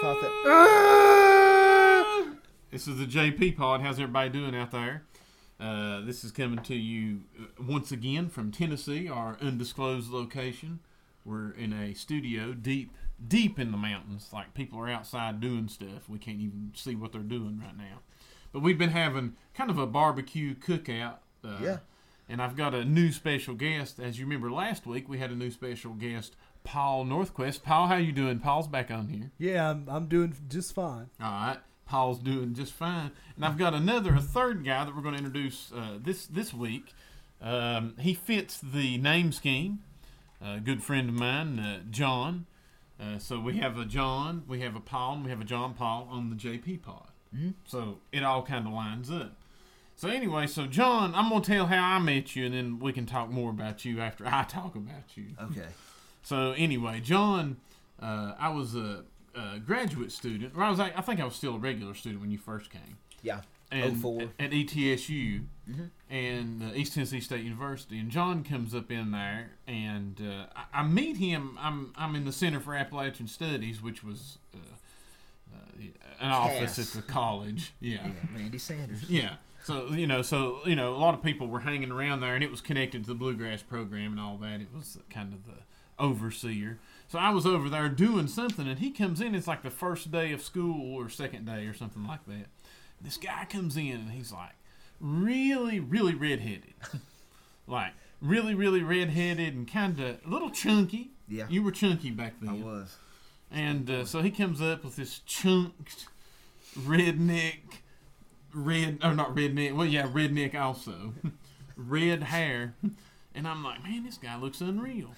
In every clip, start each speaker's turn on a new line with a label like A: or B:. A: faster.
B: Uh, This is the JP Pod. How's everybody doing out there? Uh, this is coming to you uh, once again from Tennessee, our undisclosed location. We're in a studio deep, deep in the mountains. Like people are outside doing stuff. We can't even see what they're doing right now. But we've been having kind of a barbecue cookout. Uh,
A: Yeah.
B: And I've got a new special guest. As you remember last week, we had a new special guest, Paul Northquest. Paul, how you doing? Paul's back on here.
C: Yeah, I'm, I'm doing just fine.
B: All right. Paul's doing just fine. And I've got another, a third guy that we're going to introduce uh, this this week. Um, he fits the name scheme. A good friend of mine, uh, John. Uh, so we have a John, we have a Paul, and we have a John Paul on the JP pod. So it all kind of lines up. So anyway, so John, I'm gonna tell how I met you, and then we can talk more about you after I talk about you.
A: Okay.
B: So anyway, John, uh, I was a, a graduate student. Or I was, like, I think I was still a regular student when you first came.
A: Yeah.
B: And
A: Oh, four. Mm-hmm.
B: at, E at ETSU and uh, East Tennessee State University, and John comes up in there, and uh, I, I meet him. I'm I'm in the Center for Appalachian Studies, which was uh, uh, an office
A: Yes.
B: at the college. yeah.
A: Yeah, Randy Sanders.
B: Yeah. So you know, so you know, a lot of people were hanging around there, and it was connected to the bluegrass program and all that. It was kind of the overseer. So I was over there doing something, and he comes in. It's like the first day of school or second day or something like that. This guy comes in, and he's like, really, really redheaded, like really, really redheaded, and kind of a little chunky.
A: Yeah.
B: you were chunky back then.
A: I was.
B: And uh, so he comes up with this chunked redneck, red or not redneck? Well, yeah, redneck also, red hair, and I'm like, man, this guy looks unreal.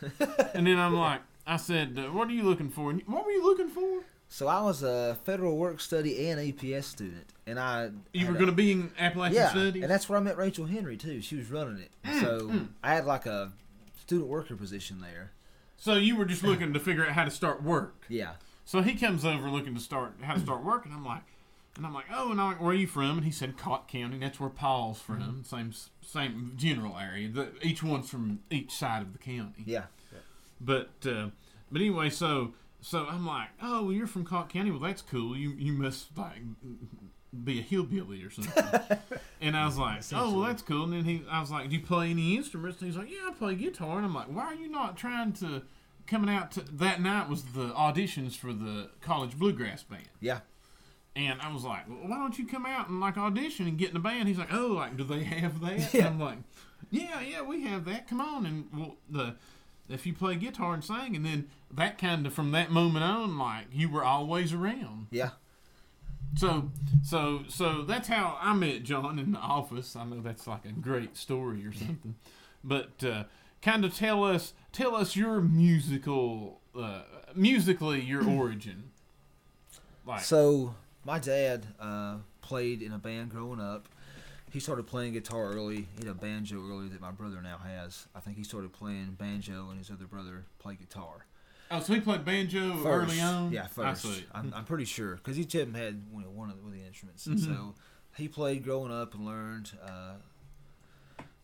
B: and then I'm like, I said, uh, what are you looking for? And what were you looking for?
A: So I was a federal work study and APS student, and I
B: You
A: had
B: were
A: a-
B: going to be in Appalachian
A: yeah,
B: Studies.
A: and that's where I met Rachel Henry too. She was running it,
B: Mm,
A: so I had like a student worker position there.
B: so you were just looking to figure out how to start work.
A: Yeah,
B: So he comes over looking to start how to start working. I'm like, and I'm like, oh, and I'm like, where are you from? And he said Cott County. That's where Paul's from. Same same general area. The, each one's from each side of the county.
A: yeah,
B: But uh, but anyway, so so I'm like, oh, well, you're from Cott County. Well, that's cool. You you must like be a hillbilly or something. and I was like, oh, well, that's cool. And then he, I was like, do you play any instruments? And he's like, yeah, I play guitar. And I'm like, why are you not trying to coming out to that night was the auditions for the college bluegrass band.
A: yeah.
B: And I was like, well, why don't you come out and like audition and get in the band? He's like, oh, like do they have that?
A: Yeah.
B: I'm like, yeah, yeah, we have that. Come on, and well, the if you play guitar and sing, and then that kind of from that moment on, like you were always around.
A: Yeah,
B: So, so, so that's how I met John in the office. I know that's like a great story or something, but uh, kind of tell us, tell us your musical, uh, musically your origin. Like,
A: So my dad uh, played in a band growing up. He started playing guitar early. He had a banjo early that my brother now has. I think he started playing banjo, and his other brother played guitar.
B: oh, so he played banjo early
A: First.
B: on. Ah,
A: Yeah, first.
B: I see.
A: I'm, I'm pretty sure because each of them had you know, one of the, one of the instruments, and so
B: Mm-hmm.
A: he played growing up and learned uh,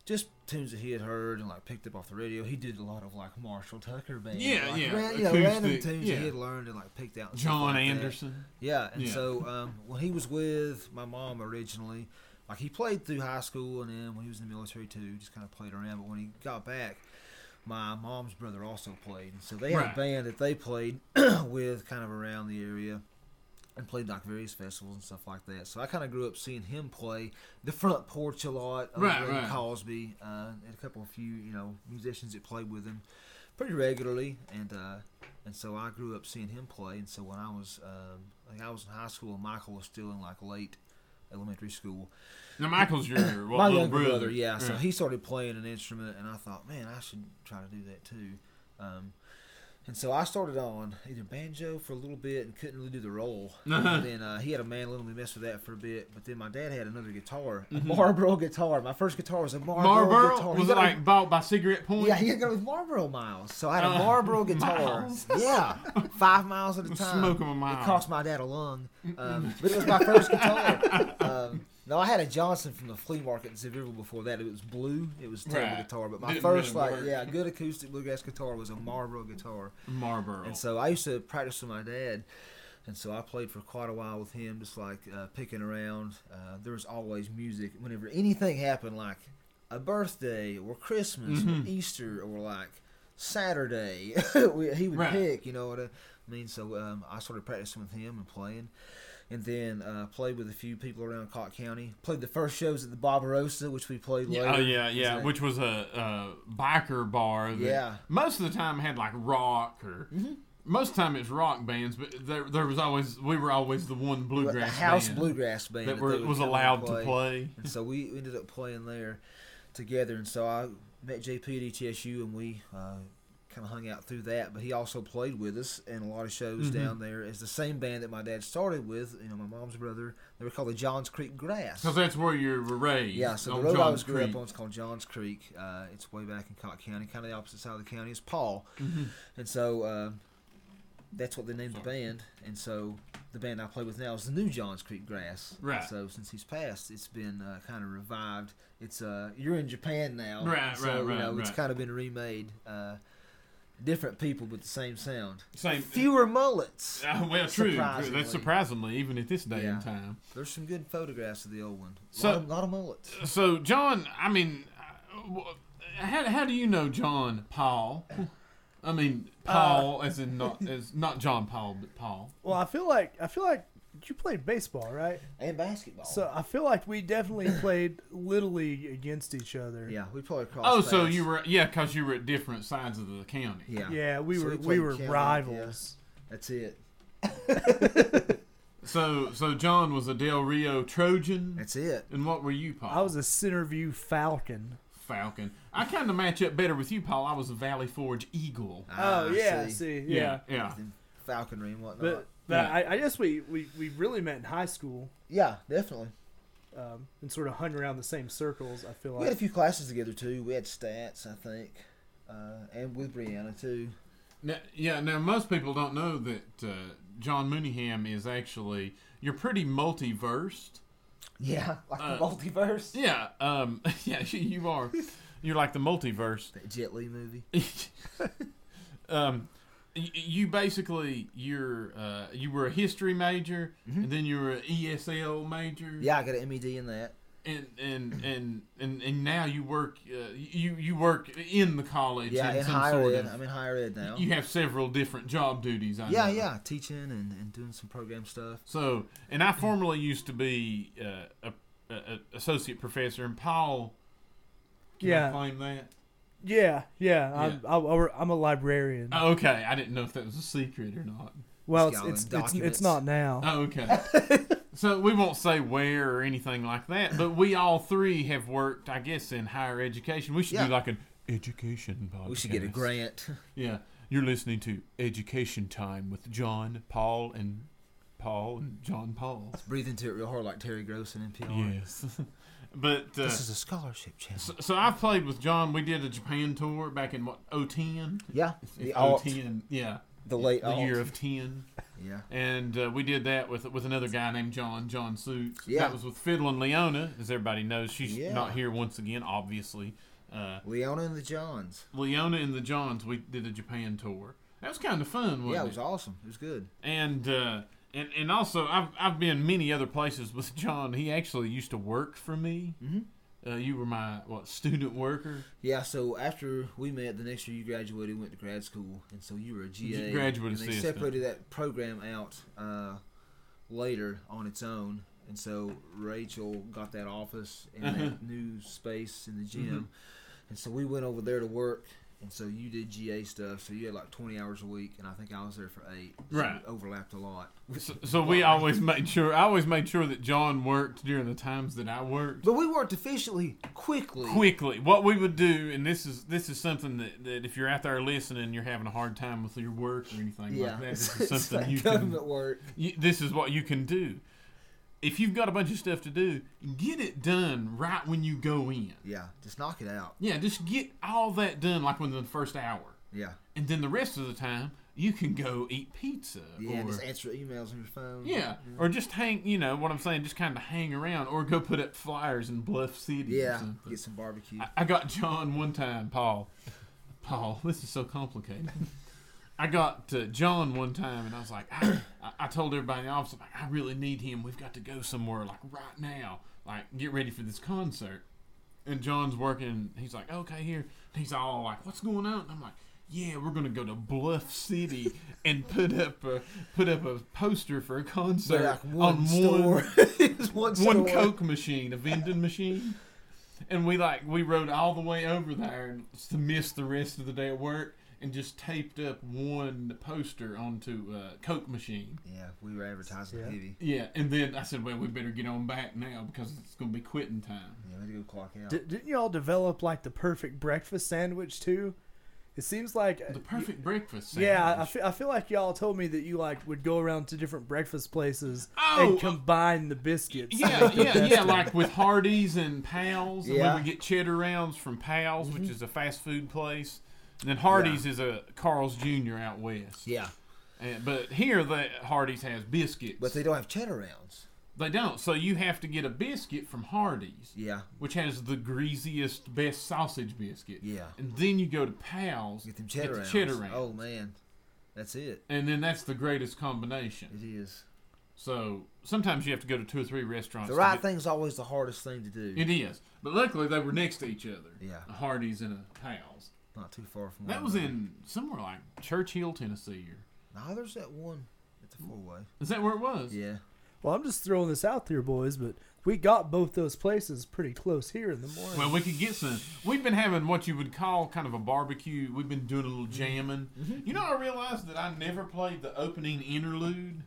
A: just tunes that he had heard and like picked up off the radio. He did a lot of like Marshall Tucker band,
B: Yeah,
A: like,
B: yeah,
A: ran- you know,
B: acoustic,
A: random tunes
B: yeah.
A: that he had learned and like picked out. and stuff
B: John
A: like that.
B: Anderson.
A: Yeah, and
B: Yeah.
A: so um, when he was with my mom originally, like he played through high school and then when he was in the military too, just kind of played around. But when he got back, my mom's brother also played, and so they had
B: Right.
A: a band that they played with kind of around the area. And played like various festivals and stuff like that. So I kind of grew up seeing him play the front porch a lot. over
B: Right,
A: in
B: right.
A: Cosby uh, and a couple of few you know musicians that played with him pretty regularly, and uh, and so I grew up seeing him play. And so when I was um, like I was in high school, and Michael was still in like late elementary school.
B: Now Michael's your well,
A: My
B: little
A: younger brother, yeah, So
B: Yeah.
A: he started playing an instrument, and I thought, man, I should try to do that too. Um, and so I started on either banjo for a little bit and couldn't really do the roll.
B: Uh-huh.
A: And then uh, he had a man let me mess with that for a bit. But then my dad had another guitar, a Marlboro guitar. My first guitar was a Marlboro,
B: Mm-hmm. Marlboro
A: guitar.
B: was
A: He
B: it
A: got a-
B: like bought by Cigarette Point?
A: yeah, he had go with Marlboro miles. So I had a
B: Uh,
A: Marlboro guitar.
B: miles.
A: Yeah, five miles at a time.
B: Smoke 'em a mile.
A: It cost my dad a lung, um, but it was my first guitar. Um, no, I had a Johnson from the flea market in Sevierville before that. It was blue. It was terrible
B: Right.
A: guitar, but my
B: Didn't
A: first
B: really
A: like
B: work.
A: yeah, good acoustic bluegrass guitar was a Marlboro guitar.
B: Marlboro.
A: And so I used to practice with my dad and so I played for quite a while with him, just like uh, picking around. Uh, there was always music whenever anything happened, like a birthday or Christmas
B: Mhm.
A: or Easter or like Saturday. we, he would
B: Right.
A: pick, you know what I mean. So um, I started practicing with him and playing. And then uh, played with a few people around Cott County. Played the first shows at the Barbarossa, which we played later.
B: Yeah, oh yeah, yeah.
A: It's a-
B: Which was a, a biker bar. That
A: Yeah. Mm-hmm.
B: Most of the time had like rock or. Most of the time it's rock bands, but there there was always we were always the one
A: But
B: bluegrass
A: the house
B: band
A: bluegrass band
B: that were,
A: they would
B: was
A: come and
B: allowed to play.
A: and so we ended up playing there together. And so I met JP at E ETSU, and we uh, kind of hung out through that. But he also played with us in a lot of shows
B: Mhm.
A: down there. It's the same band that my dad started with. You know, my mom's brother. They were called the Johns Creek Grass.
B: Because that's where you were raised.
A: Yeah, so the
B: on
A: road I
B: Johns
A: was grew up
B: Creek.
A: on is called Johns Creek. Uh, it's way back in Cott County, kind of the opposite side of the county. It's Paul,
B: Mm-hmm.
A: and so uh, that's what they named the band. And so the band I play with now is the New Johns Creek Grass.
B: Right.
A: So since he's passed, it's been uh, kind of revived. It's uh, you're in Japan now,
B: Right,
A: So,
B: right,
A: you
B: right,
A: know, It's
B: right.
A: kind of been remade. Uh, different people, but the same sound.
B: Same.
A: Fewer mullets.
B: Uh, well, true. true.
A: Surprisingly.
B: That's surprisingly, even at this day
A: Yeah.
B: and time.
A: There's some good photographs of the old one. A
B: So-
A: lot, of, lot of mullets.
B: So, John, I mean, uh, w- how, how do you know John Paul? I mean, Paul as in not as not John Paul, but Paul.
C: Well, I feel like I feel like you played baseball, right?
A: And basketball.
B: Oh.
C: So I feel like we definitely played little league against each other.
A: yeah, we probably crossed.
B: Oh, so
A: paths.
B: you were yeah, because you were at different sides of the county.
A: Yeah.
C: Yeah, we
A: So
C: were
A: we
C: we,
A: played
C: were
A: Kelly, yeah.
C: rivals.
A: That's it.
B: So, so John was a Del Rio Trojan,
A: That's it.
B: and what were you, Paul?
C: I was a Centerview Falcon.
B: Falcon. I kind of match up better with you, Paul. I was a Valley Forge Eagle.
A: Ah,
C: Oh, see,
B: yeah. Uh,
A: Then Falconry and whatnot.
C: But, but
B: Yeah.
C: I, I guess we, we, we really met in high school
A: yeah, definitely.
C: um, and sort of hung around the same circles. I feel
A: We had a
C: like
A: few classes together too. We had stats, I think, uh, and with Brianna too.
B: Now, yeah, now most people don't know that uh, John Mooneyham is actually you're pretty multiversed.
A: Yeah, like
B: Uh,
A: the multiverse.
B: Yeah, um, yeah, you- you are. You're like the multiverse.
A: That Jet Li movie.
B: um, y- you basically you're uh, you were a history major, and then you were an ESL major.
A: Yeah, I got an MED in that.
B: and and and and, and now you work uh, you you work in the college.
A: Yeah,
B: in,
A: in
B: some
A: higher
B: sort
A: ed.
B: Of,
A: I'm in higher ed now.
B: you have several different job duties. I
A: yeah,
B: know.
A: yeah, teaching and, and doing some program stuff.
B: So, and I formerly used to be uh, a, a, a associate professor, and Paul. Can I
C: Yeah.
B: claim that.
C: yeah, yeah. I'm I, I, am a librarian.
B: Oh, okay, I didn't know if that was a secret or not.
C: well,
A: Scowling
C: it's it's, it's
A: documents.
C: it's not now.
B: Oh, okay. so we won't say where or anything like that, but we all three have worked, I guess, in higher education. We should
A: Yeah.
B: do like an education podcast.
A: We should get a grant.
B: Yeah, you're listening to Education Time with John, Paul, and Paul and John Paul.
A: Breathe into it real hard, like Terry Gross and NPR.
B: Yes, but uh,
A: This is a scholarship channel.
B: So, so I've played with John. We did a Japan tour back in what 010?
A: yeah, the
B: If
A: alt,
B: 010, yeah,
A: the late
B: the
A: alt.
B: year of ten,
A: yeah,
B: and uh, we did that with with another guy named John John Suits.
A: Yeah.
B: that was with Fiddlin' Leona, as everybody knows. She's
A: Yeah.
B: not here once again, obviously. Uh,
A: Leona and the Johns.
B: Leona and the Johns. We did a Japan tour. That was kind of fun, wasn't
A: Yeah, it was awesome. It was good.
B: and uh, and and also I've I've been many other places with John. He actually used to work for me.
A: Mhm.
B: Uh, you were my what student worker,
A: Yeah, so after we met, the next year you graduated, went to grad school, and so you were a GA.
B: graduate
A: and they
B: assistant.
A: separated that program out uh, later on its own, and so Rachel got that office and
B: Uh-huh.
A: that new space in the gym,
B: Mm-hmm.
A: and so we went over there to work. And so you did GA stuff, so you had like 20 hours a week, and I think I was there for eight. So
B: Right.
A: it overlapped a lot.
B: so, so we always made sure. I always made sure that John worked during the times that I worked.
A: But we worked efficiently, quickly.
B: Quickly, what we would do, and this is this is something that, that if you're out there listening, and you're having a hard time with your work or anything
A: Yeah,
B: like that. This
A: it's
B: is something
A: like
B: you can
A: government work.
B: you, this is what you can do. If you've got a bunch of stuff to do, get it done right when you go in.
A: Yeah, just knock it out.
B: Yeah, just get all that done like within the first hour,
A: Yeah,
B: and then the rest of the time you can go eat pizza.
A: yeah,
B: or,
A: just answer emails on your phone.
B: yeah, or just hang. You know what I'm saying? Just kind of hang around, or go put up flyers in Bluff City. or
A: Yeah,
B: something.
A: get some barbecue.
B: I, I got John one time, Paul. Paul, this is so complicated. I got uh, John one time, and I was like, I, I- I told everybody in the office, I'm like, I really need him. We've got to go somewhere, like right now. Like, get ready for this concert. And John's working. He's like, okay, here. He's all like, what's going on? And I'm like, yeah, we're gonna go to Bluff City and put up a put up a poster for a concert
A: like one
B: on
A: store.
B: one
A: It's
B: one
A: one, store.
B: Coke machine, a vending machine. And we like we rode all the way over there and s- to miss the rest of the day at work and just taped up one poster onto uh, Coke machine.
A: Yeah, we were advertising
C: Yeah.
A: heavy.
B: Yeah, and then I said, well, we better get on back now because it's gonna be quitting time.
A: Yeah, we had to go clock out.
C: Di- didn't y'all develop like the perfect breakfast sandwich too? It seems like
B: The perfect breakfast. Sandwich.
C: Yeah, I I feel, I feel like y'all told me that you like would go around to different breakfast places
B: Oh,
C: and combine the biscuits.
B: yeah, yeah, yeah. Like with Hardee's and Pals, and
A: Yeah.
B: we would get cheddar rounds from Pals,
C: Mm-hmm.
B: which is a fast food place. And then Hardee's is a Carl's Jr. out west.
A: yeah,
B: And, but here, the Hardee's has biscuits.
A: but they don't have cheddar rounds.
B: They don't. So you have to get a biscuit from Hardee's,
A: Yeah,
B: which has the greasiest, best sausage biscuit.
A: Yeah.
B: And then you go to Pal's,
A: get them cheddar
B: the
A: rounds.
B: cheddar rounds.
A: Oh man, that's it.
B: And then that's the greatest combination.
A: It is.
B: So sometimes you have to go to two or three restaurants.
A: The
B: to
A: right
B: get-
A: thing's always the hardest thing to do.
B: It is. But luckily, they were next to each other.
A: Yeah. Uh-huh.
B: A Hardee's and a Pal's.
A: Not too far from
B: That
A: one
B: was
A: another.
B: in somewhere like Churchill, Tennessee. Or,
A: No, there's that one at the four way.
B: is that where it was?
A: Yeah,
C: Well, I'm just throwing this out there, boys, but we got both those places pretty close here in the morning.
B: Well, we could get some. We've been having what you would call kind of a barbecue. We've been doing a little jamming. You know, I realized that I never played the opening interlude.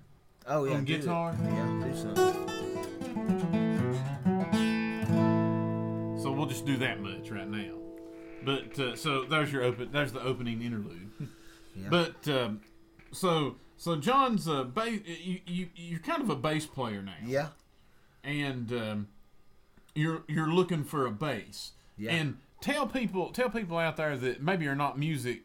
A: Oh yeah,
B: On
A: do it.
B: guitar?
A: Yeah, do something.
B: So we'll just do that much right now. But uh, so there's your open. There's the opening interlude.
A: Yeah.
B: But um, so so John's a bass. You, you you're kind of a bass player now.
A: Yeah,
B: And um, you're you're looking for a bass.
A: Yeah.
B: And tell people tell people out there that maybe are not music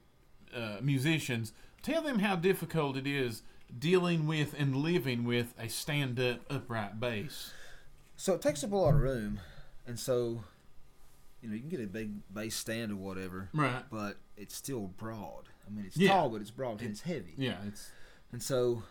B: uh, musicians. Tell them how difficult it is dealing with and living with a stand up upright bass.
A: so it takes up a lot of room, and so you know you can get a big base stand or whatever,
B: Right.
A: but it's still broad. I mean, it's
B: Yeah.
A: tall, but it's broad and it's heavy.
B: Yeah. It's
A: And so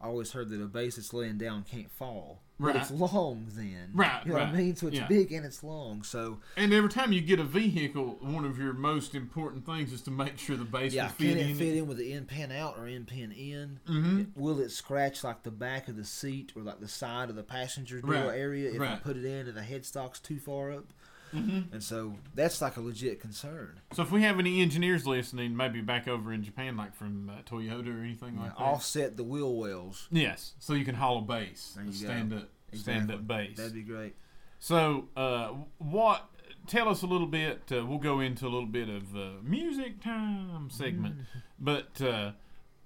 A: I always heard that a base that's laying down can't fall. But it's
B: Right.
A: long then.
B: Right,
A: You know
B: right,
A: what I mean? So it's
B: yeah.
A: big and it's long. So
B: And every time you get a vehicle, one of your most important things is to make sure the base
A: yeah,
B: will fit
A: can
B: in.
A: it fit
B: it.
A: in with the end pin out or end pin in?
B: Mhm.
A: Will it scratch like the back of the seat or like the side of the passenger door
B: Right,
A: area if I
B: right.
A: put it in and the headstock's too far up? Mm-hmm. And so that's like a legit concern.
B: So if we have any engineers listening, maybe back over in Japan, like from uh, Toyota or anything like that.
A: Offset the wheel wells.
B: Yes, so you can haul a base,
A: There you
B: a
A: go.
B: stand up, stand up
A: Exactly.
B: base.
A: That'd be great.
B: so uh, what? Tell us a little bit. Uh, we'll go into a little bit of uh, music time segment,
A: Mm.
B: but. Uh,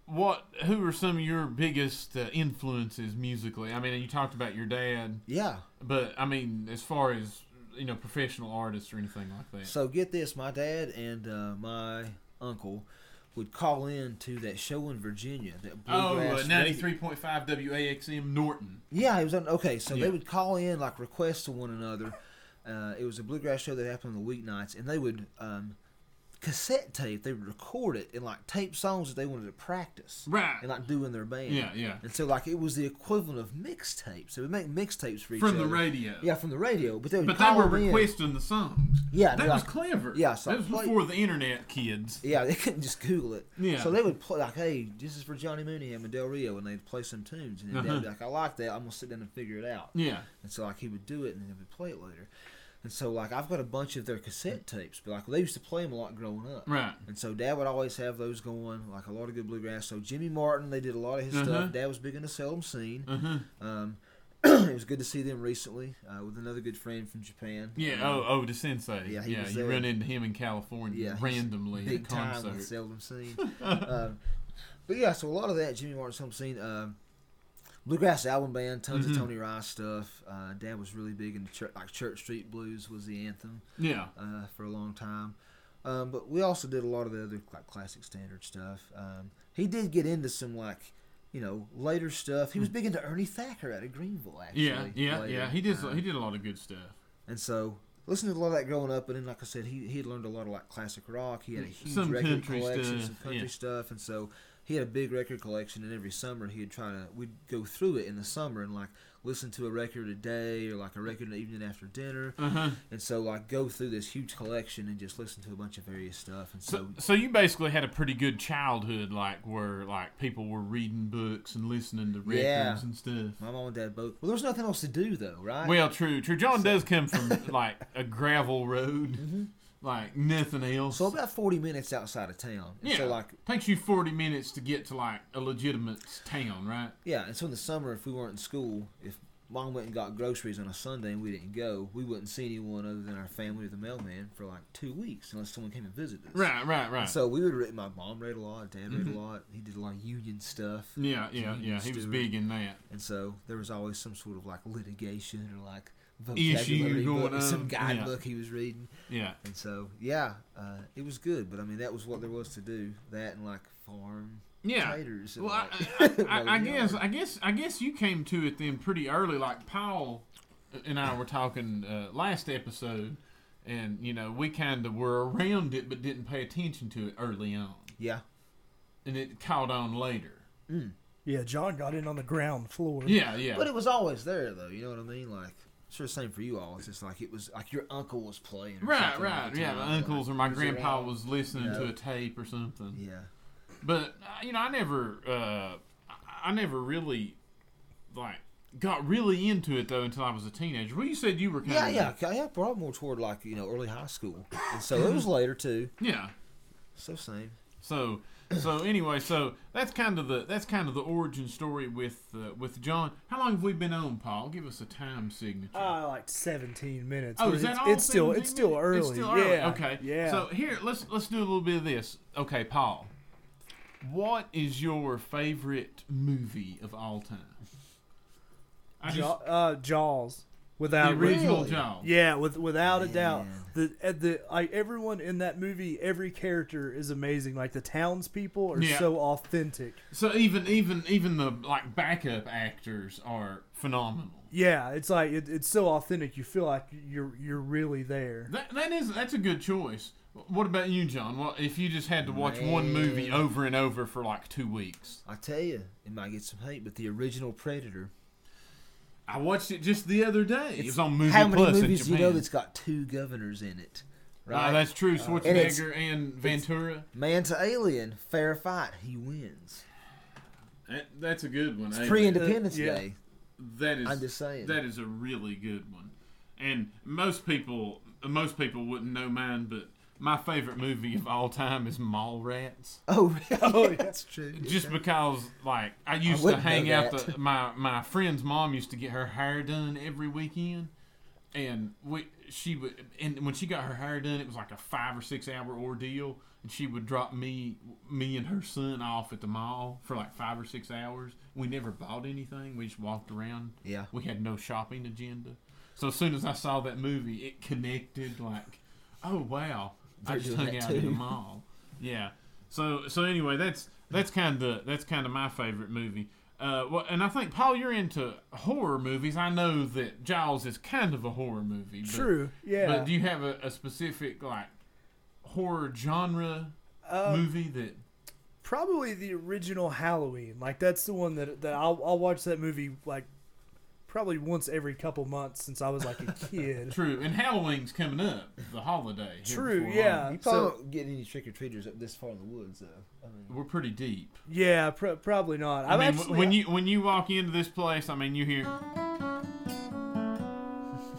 B: what? Who are some of your biggest uh, influences musically? I mean, you talked about your dad.
A: Yeah.
B: But I mean, as far as you know, professional artists or anything like that.
A: So get this, my dad and uh, my uncle would call in to that show in Virginia. That
B: oh,
A: bluegrass
B: uh,
A: radio-
B: 93.5 WAXM Norton.
A: Yeah, it was on. Okay, so
B: Yeah.
A: they would call in like requests to one another. Uh, it was a bluegrass show that happened on the weeknights, and they would um, cassette tape. They would record it and like tape songs that they wanted to practice
B: Right.
A: and like do in their band.
B: Yeah, yeah.
A: And so like it was the equivalent of mixtapes. They would make mixtapes for each
B: From the
A: other.
B: radio.
A: Yeah, from the radio, but they would
B: But they
A: call
B: were
A: them in.
B: requesting the songs.
A: Yeah,
B: That
A: they're
B: was
A: like-
B: clever.
A: yeah, so
B: that was
A: play-
B: before the internet, kids.
A: Yeah, they couldn't just Google it.
B: Yeah.
A: So they would play like, "Hey, this is for Johnny Mooneyham and Del Rio," and they'd play some tunes, and then
B: Uh-huh.
A: they'd be like, "I like that. I'm gonna sit down and figure it out."
B: Yeah.
A: And so like he would do it, and then he would play it later. And so like I've got a bunch of their cassette tapes, but like they used to play them a lot growing up.
B: Right.
A: And so Dad would always have those going, like a lot of good bluegrass. So Jimmy Martin, they did a lot of his
B: Uh-huh.
A: stuff. Dad was big in the seldom scene.
B: Uh huh.
A: Um, it was good to see them recently uh, with another good friend from Japan. Um,
B: Yeah. Oh, oh, the sensei.
A: Yeah, he was
B: you
A: there.
B: run into him in California
A: Yeah, he's
B: randomly at a
A: big time with
B: concert.
A: seldom seen. um, but yeah, so a lot of that Jimmy Martin seldom seen. Um, Bluegrass album band, tons
B: Mhm.
A: of Tony Rice stuff. Uh, Dad was really big into church, like Church Street Blues was the anthem
B: Yeah.
A: uh, for a long time. Um, but we also did a lot of the other like classic standard stuff. Um, he did get into some like you know later stuff. He was big into Ernie Thacker out of Greenville actually.
B: Hmm. Yeah. Yeah.
A: later.
B: Yeah. He did.
A: Um,
B: He did a lot of good stuff.
A: and so listened to a lot of that growing up, and then like I said, he he had learned a lot of like classic rock. He had a huge
B: Some
A: record
B: country
A: collection,
B: stuff,
A: some country
B: yeah.
A: stuff, and so he had a big record collection. And every summer he'd try to we'd go through it in the summer and like listen to a record a day or like a record in the evening after dinner,
B: Uh huh.
A: and so like go through this huge collection and just listen to a bunch of various stuff. And
B: So,
A: so
B: so you basically had a pretty good childhood, like where like people were reading books and listening to records
A: Yeah.
B: and stuff.
A: my mom and dad both. Well, there was nothing else to do though, right?
B: Well, true, true. John does come from like a gravel road,
A: Mhm.
B: like nothing else.
A: so about forty minutes outside of town. And
B: Yeah.
A: So like
B: takes you forty minutes to get to like a legitimate town, right?
A: Yeah, and so in the summer, if we weren't in school, if mom went and got groceries on a Sunday and we didn't go, we wouldn't see anyone other than our family or the mailman for like two weeks unless someone came and visited us.
B: Right, right, right.
A: So we would read. My mom read a lot. Dad read
B: Mhm.
A: a lot. He did a lot of union stuff,
B: yeah, yeah,
A: Gene
B: yeah. He was
A: Stewart.
B: big in that.
A: and so there was always some sort of like litigation or like
B: Issue
A: vocabulary
B: going
A: book, some
B: on, yeah.
A: guidebook he was reading.
B: Yeah,
A: And so yeah, uh, it was good. But I mean, that was what there was to do. That and like farm
B: yeah.
A: taters. And,
B: Well, I,
A: like,
B: I, I, I
A: mowing
B: guess,
A: yards.
B: I guess, I guess you came to it then pretty early. Like Paul and I were talking uh, last episode, and you know we kind of were around it, but didn't pay attention to it early on,
A: Yeah.
B: and it caught on later.
A: Mm.
C: Yeah, John got in on the ground floor.
B: Yeah, yeah.
A: But it was always there, though. You know what I mean? Like, sure, same for you all. It's just like it was like your uncle was playing. or
B: Right,
A: something at
B: right.
A: the
B: Yeah,
A: time,
B: my uncles
A: like,
B: or my
A: was
B: grandpa
A: around.
B: was listening
A: Yeah.
B: to a tape or something.
A: Yeah,
B: But uh, you know, I never, uh, I- I never really, like, got really into it though until I was a teenager. Well, you said you were kind
A: yeah,
B: of
A: yeah. I had brought more toward like you know early high school, and so it was later too.
B: yeah.
A: So same.
B: So, so anyway, so that's kind of the that's kind of the origin story with uh, with John. How long have we been on, Paul? Give us a time signature.
C: Uh, like 17 minutes.
B: Oh,
C: but
B: is that
C: it's,
B: all?
C: it's still
B: 17
C: it's still
B: minutes?
C: early.
B: It's still early.
C: Yeah.
B: Okay.
C: Yeah.
B: So here, let's let's do a little bit of this. Okay, Paul. What is your favorite movie of all time? I just-
C: Ja- uh, Jaws
B: the
C: without re-
B: original
A: really?
B: John.
C: Yeah, with without a doubt,
A: Man.
C: the at the like everyone in that movie, every character is amazing. Like the townspeople are
B: Yeah.
C: so authentic.
B: So even even even the like backup actors are phenomenal.
C: Yeah, it's like it, it's so authentic. You feel like you're you're really there.
B: That that is that's a good choice. What about you, John? Well, if you just had to watch one movie
A: Man.
B: over and over for like two weeks,
A: I tell you, it might get some hate, but the original Predator.
B: I watched it just the other day. it
A: It's-
B: was on Movie
A: How many
B: Plus
A: movies
B: in
A: do you
B: Japan.
A: know that's got two governors in it?
B: Ah,
A: Right, Uh,
B: that's true.
A: and it's-
B: Schwarzenegger and, Ventura.
A: man to alien, fair fight, he wins.
B: That, that's a good one. eh?
A: Pre-Independence
C: Yeah.
A: Day.
B: that is
A: I'm just saying.
B: that is a really good one. And most people most people wouldn't know mine, but my favorite movie of all time is Mallrats.
A: Oh, really?
C: Oh, yeah.
A: that's true.
B: Just
A: Okay.
B: because, like, I used to
A: wouldn't know
B: hang out.
A: that.
B: The, my my friend's mom used to get her hair done every weekend, and we she would and when she got her hair done, it was like a five or six hour ordeal, and she would drop me me and her son off at the mall for like five or six hours. We never bought anything. We just walked around.
A: yeah.
B: We had no shopping agenda. So as soon as I saw that movie, it connected like, oh wow, I
A: They're
B: just
A: doing
B: hung
A: that
B: out in the
A: too.
B: mall. Yeah. So so anyway, that's that's kind of that's kind of my favorite movie. Uh, well, and I think Paul, you're into horror movies. I know that Giles is kind of a horror movie. But,
C: True. Yeah.
B: But do you have a, a specific like horror genre
C: Um,
B: movie that?
C: probably the original Halloween. Like that's the one that that I'll, I'll watch that movie like probably once every couple months since I was like a kid.
B: True. And Halloween's coming up, the holiday. here
C: True,
B: before
C: yeah.
B: long.
A: You probably
C: So-
A: don't get any trick or treaters up this far in the woods, though. I mean,
B: We're pretty deep.
C: yeah, pr- probably not.
B: I
C: I've
B: mean,
C: actually,
B: when you when you walk into this place, I mean, you hear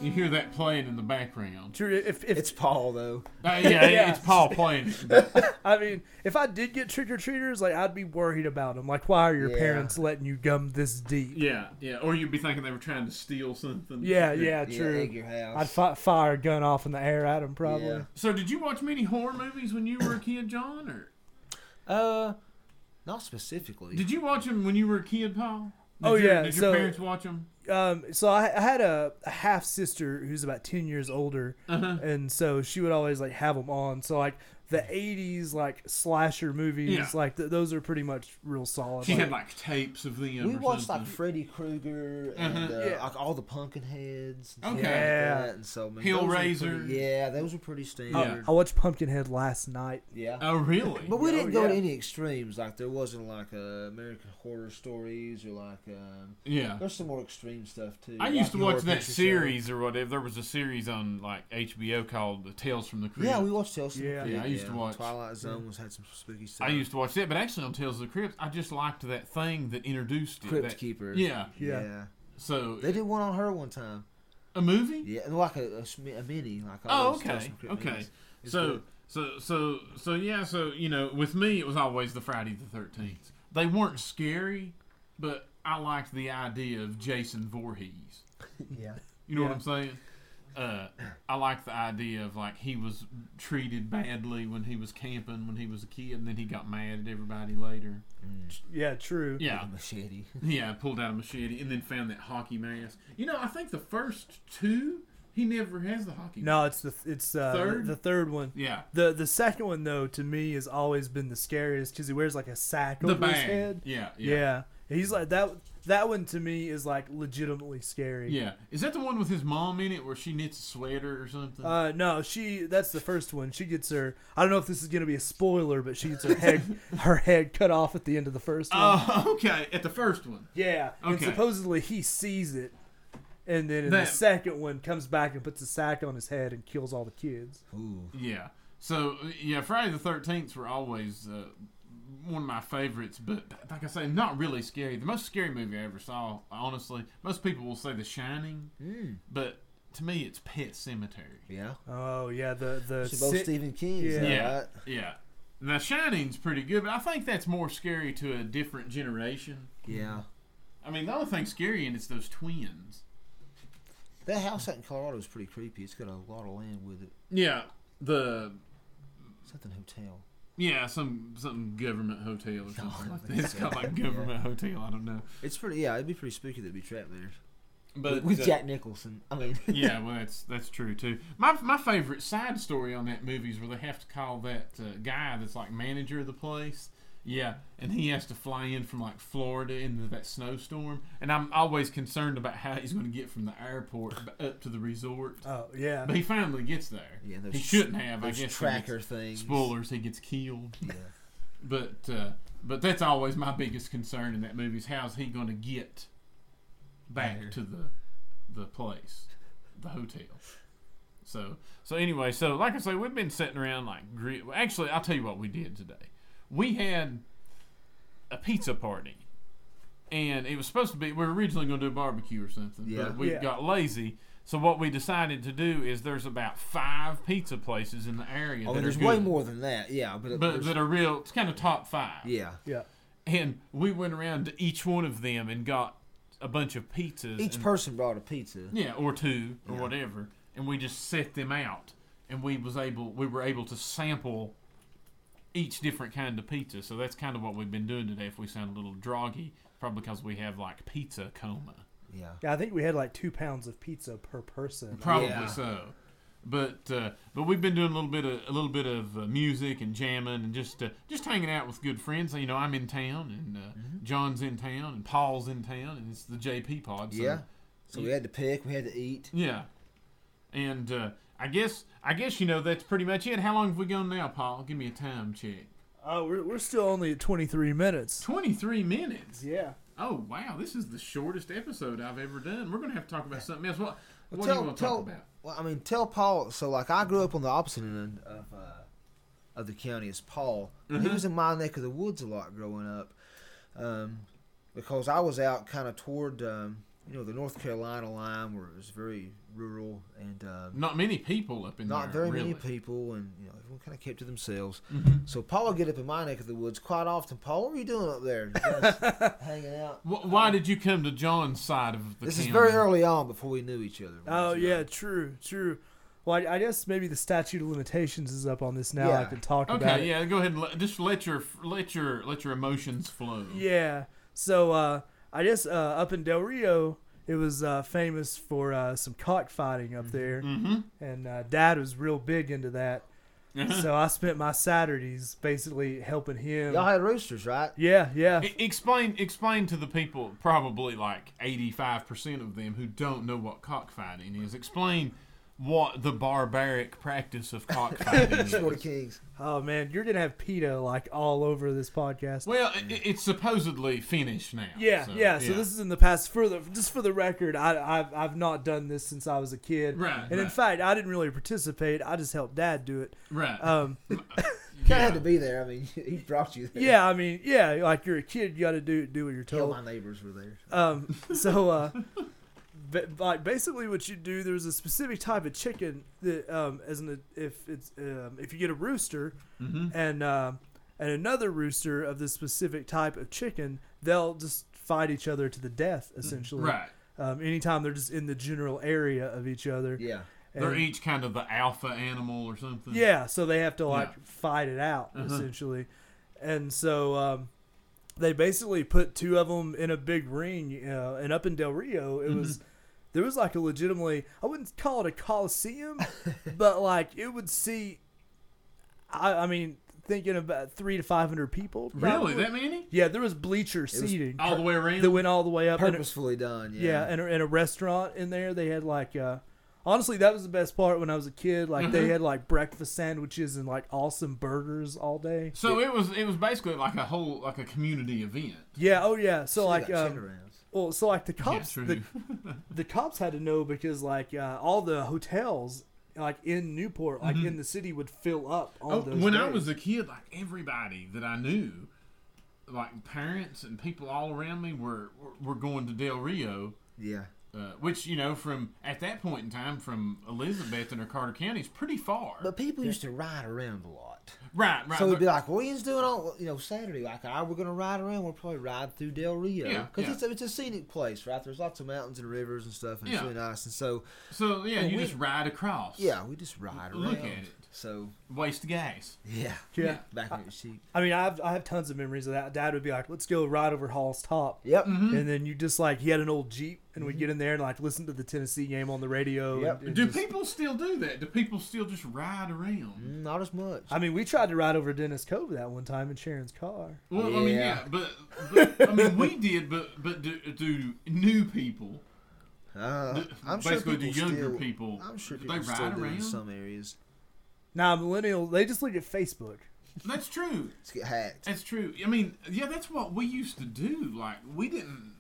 B: you hear that playing in the background.
C: True. If, if
A: it's Paul, though.
B: Uh, yeah,
C: Yeah.
B: it's Paul playing. it.
C: I mean, if I did get trick or treaters, like I'd be worried about them. Like, why are your
A: Yeah.
C: parents letting you gum this deep?
B: Yeah, yeah. Or you'd be thinking they were trying to steal something.
C: Yeah, yeah,
A: Yeah,
C: true.
A: egg your house.
C: I'd fi- fire a gun off in the air at them, probably.
A: Yeah.
B: So, did you watch many horror movies when you were a kid, John? Or
A: Uh, not specifically.
B: did you watch them when you were a kid, Paul? Did
C: Oh,
B: your,
C: yeah,
B: Did your
C: so-
B: parents watch them?
C: Um, so I, I had a, a half sister who's about ten years older,
B: Uh huh.
C: and so she would always like have them on. So like the 80s like slasher movies
B: Yeah.
C: like th- those are pretty much real solid
B: She
C: Like,
B: had like tapes of them.
A: We
B: or
A: watched
B: something.
A: like Freddy Krueger and
B: Uh-huh.
A: uh,
C: Yeah.
A: like all the Pumpkinheads. And stuff
B: Okay.
A: Like
C: Yeah.
A: that. And so I mean, those were
B: Hellraiser.
A: pretty- yeah, those were pretty
C: I,
A: standard.
C: I watched pumpkinhead last night
A: Yeah.
B: Oh, really?
A: But we
C: Oh,
A: didn't go to
C: yeah.
A: any extremes. Like there wasn't like uh, American Horror Stories or like um,
B: yeah.
A: there's some more extreme stuff too.
B: I
A: Like
B: used to
A: the
B: watch
A: Horror
B: that
A: Picture Show.
B: series or whatever. There was a series on like HBO called The Tales from the Crypt.
A: Yeah, we watched Tales. from the
C: Yeah.
A: Crypt,
B: Yeah, I used to watch-
A: Twilight Zone. Was had some spooky stuff.
B: I used to watch that, but actually on Tales of the Crypt, I just liked that thing that introduced it.
A: Crypt
B: that-
A: Keeper.
B: Yeah.
A: yeah,
C: Yeah.
B: So
A: They did one on her one time.
B: a movie.
A: Yeah, and like a, a, sm- a mini, like all
B: Oh,
A: those Tales
B: okay,
A: from Crypt
B: okay.
A: minis. It's
B: So,
A: good.
B: so, so, so, yeah. So, you know, with me, it was always the Friday the Thirteenth. They weren't scary, but I liked the idea of Jason Voorhees.
A: yeah,
B: You know
C: Yeah.
B: what I'm saying? Uh, I like the idea of like he was treated badly when he was camping when he was a kid, and then he got mad at everybody later.
C: yeah true
B: Yeah,
A: With a machete.
B: yeah. Pulled out a machete and then found that hockey mask. You know, I think the first two he never has the hockey. mask.
C: no it's the th- it's uh,
B: Third?
C: the third one
B: Yeah.
C: the the second one though to me has always been the scariest because he wears like a sack
B: The
C: over his head
B: bang. Yeah.
C: yeah. he's like that that one to me is like legitimately scary
B: Yeah, is that the one with his mom in it where she knits a sweater or something?
C: Uh, no, she. That's the first one. She gets her. I don't know if this is gonna be a spoiler, but she gets her head her head cut off at the end of the first one.
B: oh, okay, at the first one.
C: yeah, and
B: okay.
C: supposedly he sees it, and then in the
B: That-
C: second one comes back and puts a sack on his head and kills all the kids.
A: Ooh,
B: Yeah. So yeah, Friday the Thirteenth were always uh, one of my favorites, but like I say, not really scary. The most scary movie I ever saw, honestly, most people will say The Shining,
A: Mm.
B: but to me, it's Pet Cemetery.
A: yeah.
C: Oh yeah, the the
A: So both
C: si-
A: Stephen King's,
C: yeah.
A: yeah.
B: Yeah. Yeah. The Shining's pretty good, but I think that's more scary to a different generation.
A: yeah.
B: I mean, the only thing scary in it's those twins.
A: That house out in Colorado is pretty creepy. It's got a lot of land with it.
B: Yeah. The
A: Something hotel.
B: Yeah, some some government hotel or something like that.
A: think
B: It's
A: so.
B: called like government hotel. I don't know,
A: It's pretty. Yeah, it'd be pretty spooky to be trapped there
B: but
A: with
B: uh,
A: Jack Nicholson. I mean,
B: yeah, well, that's that's true too. My my favorite side story on that movie is where they have to call that uh, guy that's like manager of the place. Yeah, and he has to fly in from like Florida into that snowstorm, and I'm always concerned about how he's going to get from the airport b- up to the resort.
C: Oh yeah,
B: But he finally gets there.
A: yeah. Those,
B: He shouldn't have. I
A: Those
B: guess he gets-
A: tracker things.
B: spoilers. He gets killed.
A: Yeah.
B: But uh, but that's always my biggest concern in that movie is how's he going to get back
A: There.
B: to the the place, the hotel. So so anyway, so like I say, we've been sitting around like gri- well, actually, I'll tell you what we did today. We had a pizza party. And it was supposed to be we were originally going to do a barbecue or something,
A: Yeah.
B: but we
C: Yeah.
B: got lazy. So what we decided to do is there's about five pizza places in the area.
A: I mean,
B: that
A: Oh, there's
B: are good,
A: way more than that. Yeah, but,
B: but
A: there's-
B: that are real. It's kind of top five.
A: yeah.
C: yeah.
B: And we went around to each one of them and got a bunch of pizzas.
A: Each
B: and-
A: person brought a pizza.
B: Yeah, or two or whatever. And we just set them out. And we was able we were able to sample each different kind of pizza. So that's kind of what we've been doing today if we sound a little droggy, probably because we have like pizza coma.
A: Yeah.
C: Yeah, I think we had like two pounds of pizza per person.
B: Probably
A: Yeah.
B: so. But uh, but we've been doing a little bit of a little bit of uh, music and jamming and just uh, just hanging out with good friends. You know, I'm in town and uh,
A: Mm-hmm.
B: John's in town and Paul's in town and it's the JP pod. So,
A: yeah. So we had to pick. We had to eat.
B: yeah. And uh, I guess I guess you know that's pretty much it. How long have we gone now, Paul? Give me a time check.
C: Oh, we're we're still only at twenty three minutes.
B: Twenty three minutes.
C: Yeah.
B: Oh wow, this is the shortest episode I've ever done. We're gonna have to talk about something else. What
A: Well,
B: what do
A: tell-
B: you want to
A: tell-
B: talk about?
A: Well, I mean, tell Paul. So, like, I grew up on the opposite end of uh, of the county as Paul.
B: Mm-hmm.
A: He was in my neck of the woods a lot growing up, um, because I was out kind of toward um, you know the North Carolina line where it was very rural and um,
B: Not many people up in
A: not
B: there.
A: very many
B: really.
A: people, and you know everyone kind of kept to themselves. So Paul would get up in my neck of the woods quite often. Paul, what were you doing up there? Just hanging out.
B: Wh- Why did you come to John's side of the
A: This is
B: county?
A: very early on before we knew each other.
C: Oh yeah, true, true. Well, I, I guess maybe the statute of limitations is up on this now. I
A: Yeah.
C: can talk about
B: Okay,
C: it.
B: yeah. Go ahead and let, just let your let your let your emotions flow.
C: Yeah. So uh, I guess uh, up in Del Rio, it was uh, famous for uh, some cockfighting up there,
B: Mm-hmm.
C: and uh, Dad was real big into that. so I spent my Saturdays basically helping him.
A: Y'all had roosters, right?
C: yeah, yeah.
B: E- Explain, explain to the people, probably like eighty-five percent of them who don't know what cockfighting is. Explain what the barbaric practice of cockfighting is.
A: Sporty Kings.
C: Oh man, you're gonna have PETA like all over this podcast.
B: Well, i- i it's supposedly finished now.
C: yeah, yeah. So this is in the past. For the just for the record, I, I've I've not done this since I was a kid.
B: Right,
C: And in
B: right.
C: fact, I didn't really participate. I just helped Dad do it.
B: right.
C: Um,
A: You kind of had to be there. I mean, he brought you there.
C: yeah, I mean, yeah. Like you're a kid, you got to do do what you're
A: All
C: told.
A: my neighbors were there.
C: Um, so, uh, ba- like basically, what you do there's a specific type of chicken that, um, as an if it's um, if you get a rooster
B: mm-hmm.
C: and um and another rooster of this specific type of chicken, they'll just fight each other to the death essentially.
B: Mm, right.
C: Um, anytime they're just in the general area of each other.
A: Yeah.
B: They're
C: And-
B: each kind of the alpha animal or something.
C: yeah, so they have to like
B: Yeah. Uh-huh.
C: fight it out essentially, and so um, they basically put two of them in a big ring. Uh, and up in Del Rio,
B: Mm-hmm.
C: it was there was like a legitimately I wouldn't call it a coliseum, but like it would see, I, I mean, thinking about three to five hundred people.
B: Really?
C: probably.
B: That many?
C: yeah, there was bleacher seating
B: All the way around?
C: that went all the way up. and it-
A: Purposefully done.
C: yeah, and a, and a restaurant in there. They had like, uh, honestly, that was the best part when I was a kid. Like
B: Mm-hmm.
C: they had like breakfast sandwiches and like awesome burgers all day.
B: so it was it was basically like a whole like a community event.
C: Yeah. Oh yeah. So like,
A: got
C: um, well, so like the cops,
B: yeah,
C: the,
B: true.
C: the cops had to know because like uh, all the hotels like in Newport, like in the city, would fill up on
B: Mm-hmm. Oh,
C: those.
B: when
C: days.
B: I was a kid, like everybody that I knew, like parents and people all around me were were- were going to Del Rio,
A: yeah.
B: uh, which you know from at that point in time from Elizabeth and or Carter County is pretty far.
A: But people used to ride around a lot.
B: right, right.
A: So
B: but-
A: we'd be like, well, Ian's doing all, you know, Saturday. Like, ah, we're going to ride around. We'll probably ride through Del Rio.
B: Yeah,
A: Because
B: yeah.
A: it's, a- it's a scenic place, right? There's lots of mountains and rivers and stuff, and it's
B: Yeah.
A: really nice. And so,
B: so yeah,
A: and
B: you
A: we-
B: just ride across.
A: yeah, we just ride around.
B: Look at it.
A: So,
B: waste gas.
A: yeah.
C: yeah.
A: Back when it was cheap.
C: I mean, I have, I have tons of memories of that. Dad would be like, "Let's go right over Hall's Top."
A: Yep.
B: Mm-hmm.
C: And then you just like he had an old jeep, and we'd get in there and like listen to the Tennessee game on the radio.
A: Yep.
C: and- and
B: Do
C: just-
B: people still do that? Do people still just ride around?
A: Mm, Not as much.
C: I mean, we tried to ride over Dennis Cove that one time in Sharon's car.
B: Well, I mean, yeah,
A: Yeah.
B: but, but I mean, we did, but but do, do new people?
A: Uh, I'm sure
B: basically, the
A: people
B: younger
A: still,
B: people,
A: I'm sure
B: do
A: people
B: they
A: still
B: ride
A: do in
B: around?
A: some areas.
C: Nah, millennials, they just look at Facebook.
B: That's true.
A: Let's get hacked.
B: That's true. I mean, yeah, that's what we used to do. Like we didn't,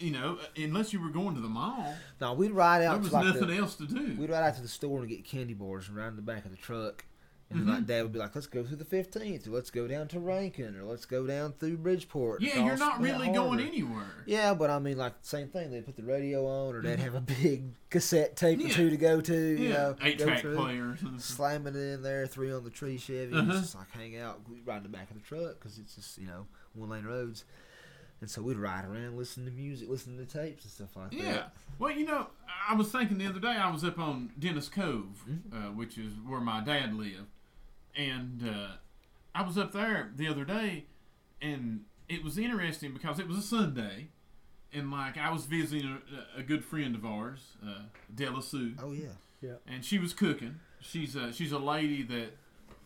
B: you know, unless you were going to the mall,
A: No, we'd ride
B: there
A: out to
B: was
A: like
B: nothing
A: the,
B: else to do.
A: we'd ride out to the store and get candy bars and ride in the back of the truck. And then
B: Mm-hmm.
A: like dad would be like, "Let's go through the fifteenth, or let's go down to Rankin, or let's go down through Bridgeport." and
B: Yeah, you're
A: across
B: not
A: Mount
B: really going
A: Harbor."
B: anywhere.
A: Yeah, but I mean, like same thing. They put the radio on, or they'd have a big cassette tape or
B: Mm-hmm. Yeah.
A: two to go to. You
B: Yeah,
A: know,
B: eight
A: go
B: track
A: through,
B: players.
A: Slamming it in there, three on the tree Chevy,
B: Uh-huh.
A: just like hang out, we ride in the back of the truck because it's just you know one lane roads, and so we'd ride around, listen to music, listen to tapes and stuff like that.
B: Yeah. Well, you know, I was thinking the other day, I was up on Dennis Cove, uh, which is where my dad lived. And uh, I was up there the other day, and it was interesting because it was a Sunday. And, like, I was visiting a, a good friend of ours, uh, Della Sue,
A: Oh yeah.
B: and she was cooking. She's a, she's a lady that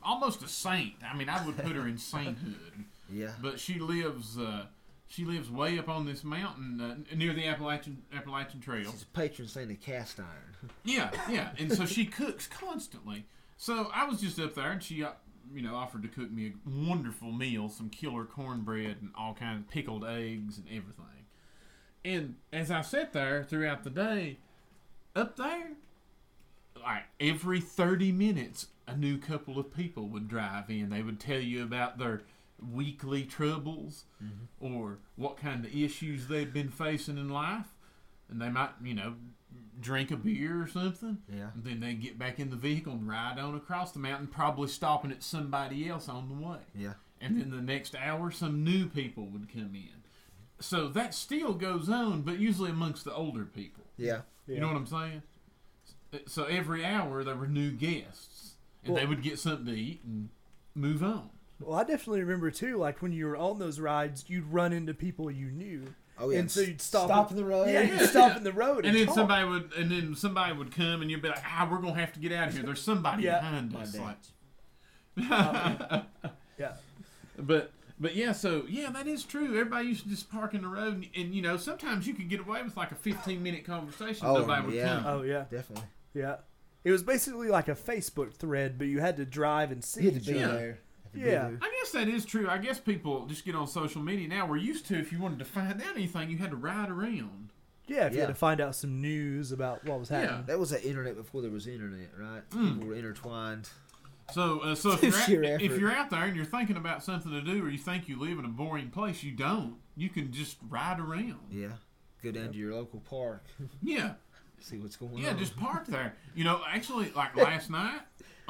B: almost a saint. I mean, I would put her in sainthood
A: Yeah.
B: but she lives uh, she lives way up on this mountain uh, n- near the Appalachian Appalachian Trail.
A: It's a patron saint of cast iron.
B: Yeah, yeah, and so she cooks constantly. So I was just up there, and she uh, you know offered to cook me a wonderful meal, some killer cornbread and all kinds of pickled eggs and everything. And as I sat there throughout the day, up there, like every 30 minutes, a new couple of people would drive in. They would tell you about their weekly troubles or what kind of issues they've been facing in life. And they might, you know, drink a beer or something.
A: Yeah.
B: And then they get back in the vehicle and ride on across the mountain, probably stopping at somebody else on the way
A: Yeah.
B: and then the next hour some new people would come in. So that still goes on, but usually amongst the older people.
A: Yeah.
B: You know what I'm saying? So every hour there were new guests, and they would get something to eat and move on.
C: Well, I definitely remember too, like when you were on those rides, you'd run into people you knew.
A: Oh, yeah.
C: And so you'd stop.
A: Stop in the road.
C: Yeah, you'd
B: Oh, Yeah.
C: stop in the road.
B: And
C: And,
B: then
C: talk.
B: somebody would, and then somebody would come, and you'd be like, "Ah, we're gonna have to get out of here. There's somebody
C: Yeah.
B: behind
A: My
B: us."
A: dad.
B: Like,
C: Uh, yeah.
B: But but yeah, so yeah, that is true. Everybody used to just park in the road, and, and you know sometimes you could get away with like a fifteen minute conversation.
A: Oh,
B: nobody would
A: yeah.
B: come.
C: Oh yeah.
A: Definitely.
C: Yeah. It was basically like a Facebook thread, but you had to drive and see
A: You had
C: each
A: to be
B: Yeah.
C: other.
A: there. Had to be
C: Yeah.
A: there.
B: I guess that is true. I guess people just get on social media now. We're used to if you wanted to find out anything, you had to ride around.
C: Yeah, if you
A: Yeah.
C: had to find out some news about what was
B: Yeah.
C: happening.
A: That was the internet before there was internet, right?
C: Hmm.
B: Mm.
A: People were intertwined.
B: So uh, so if you're,
A: Sheer
B: out, if
A: effort.
B: you're out there and you're thinking about something to do, or you think you live in a boring place, you don't. You can just ride around.
A: Yeah. Go down to your local park,
B: Yeah.
A: see what's going
B: Yeah,
A: on.
B: just park there. You know, actually, like last night,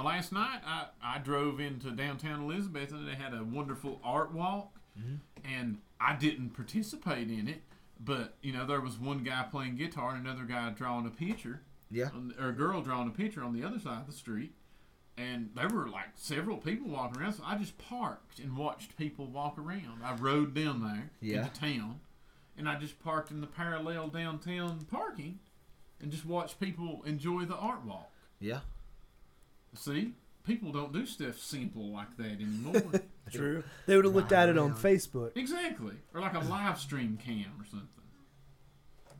B: last night I, I drove into downtown Elizabeth and they had a wonderful art walk,
A: Mm-hmm.
B: and I didn't participate in it. But you know, there was one guy playing guitar and another guy drawing a picture,
A: yeah.
B: on, or a girl drawing a picture on the other side of the street, and there were like several people walking around. So I just parked and watched people walk around. I rode down there
A: Yeah.
B: into town, and I just parked in the parallel downtown parking, and just watched people enjoy the art walk.
A: Yeah.
B: See, people don't do stuff simple like that anymore.
C: True. They would have looked at it on
A: Right.
C: Facebook.
B: Exactly, or like a live stream cam or something.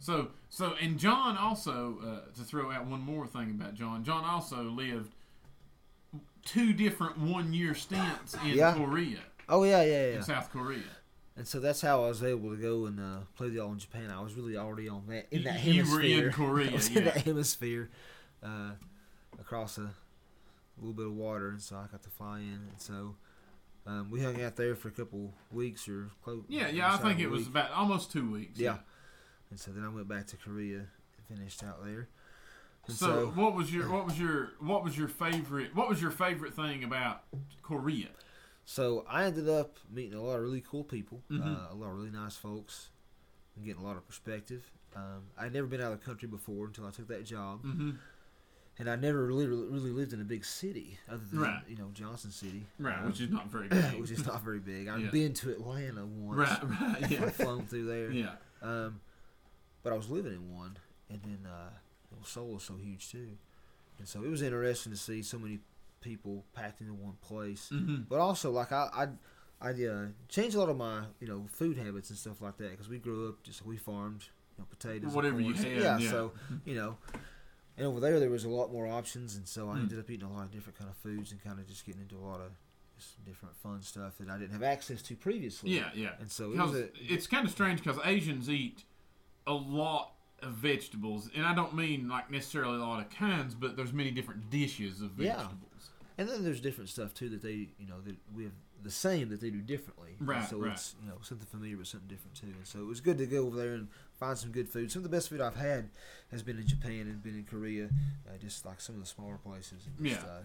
B: So, so, and John also uh, to throw out one more thing about John. John also lived two different one-year stints in
A: Yeah.
B: Korea,
A: Oh, yeah, yeah, yeah.
B: in South Korea.
A: And so that's how I was able to go and uh, play the all in Japan. I was really already on that in that
B: You- you were
A: hemisphere.
B: in Korea,
A: I was
B: yeah.
A: in that hemisphere, uh, across a little bit of water, and so I got to fly in. And so um, we hung out there for a couple weeks or uh, close.
B: Yeah, yeah, I think it was about almost two weeks.
A: Yeah. And so then I went back to Korea and finished out there. And
B: So,
A: so,
B: what was your what was your what was your favorite what was your favorite thing about Korea?
A: so I ended up meeting a lot of really cool people,
B: Mhm.
A: uh, a lot of really nice folks, and getting a lot of perspective. Um, I'd never been out of the country before until I took that job.
B: Mm-hmm.
A: and I never really really lived in a big city other than
B: Right.
A: you know Johnson City,
B: Right,
A: um,
B: which is not very good.
A: which is not very big. I've
B: Yeah.
A: been to Atlanta once,
B: right, right, yeah,
A: I've flown through there,
B: yeah.
A: um, but I was living in one, and then uh, well, Seoul is so huge too, and so it was interesting to see so many people packed into one place.
B: Mm-hmm.
A: But also, like I, I, I uh, changed a lot of my you know food habits and stuff like that because we grew up just we farmed you know potatoes, and
B: Whatever you
A: corn, so-
B: had,
A: yeah,
B: yeah.
A: So you know, and over there there was a lot more options, and so I
B: Hmm.
A: ended up eating a lot of different kind of foods and kind of just getting into a lot of just different fun stuff that I didn't have access to previously.
B: Yeah, yeah.
A: And so it was
B: Because
A: a,
B: it's kind of strange because Asians eat a lot of vegetables, and I don't mean like necessarily a lot of kinds, but there's many different dishes of
A: Yeah.
B: vegetables.
A: and then there's different stuff too that they you know that we have the same that they do differently. And
B: Right,
A: So
B: right.
A: it's you know something familiar but something different too. And so it was good to go over there and find some good food. Some of the best food I've had has been in Japan and been in Korea, uh, just like some of the smaller places. And just,
B: Yeah.
A: Uh,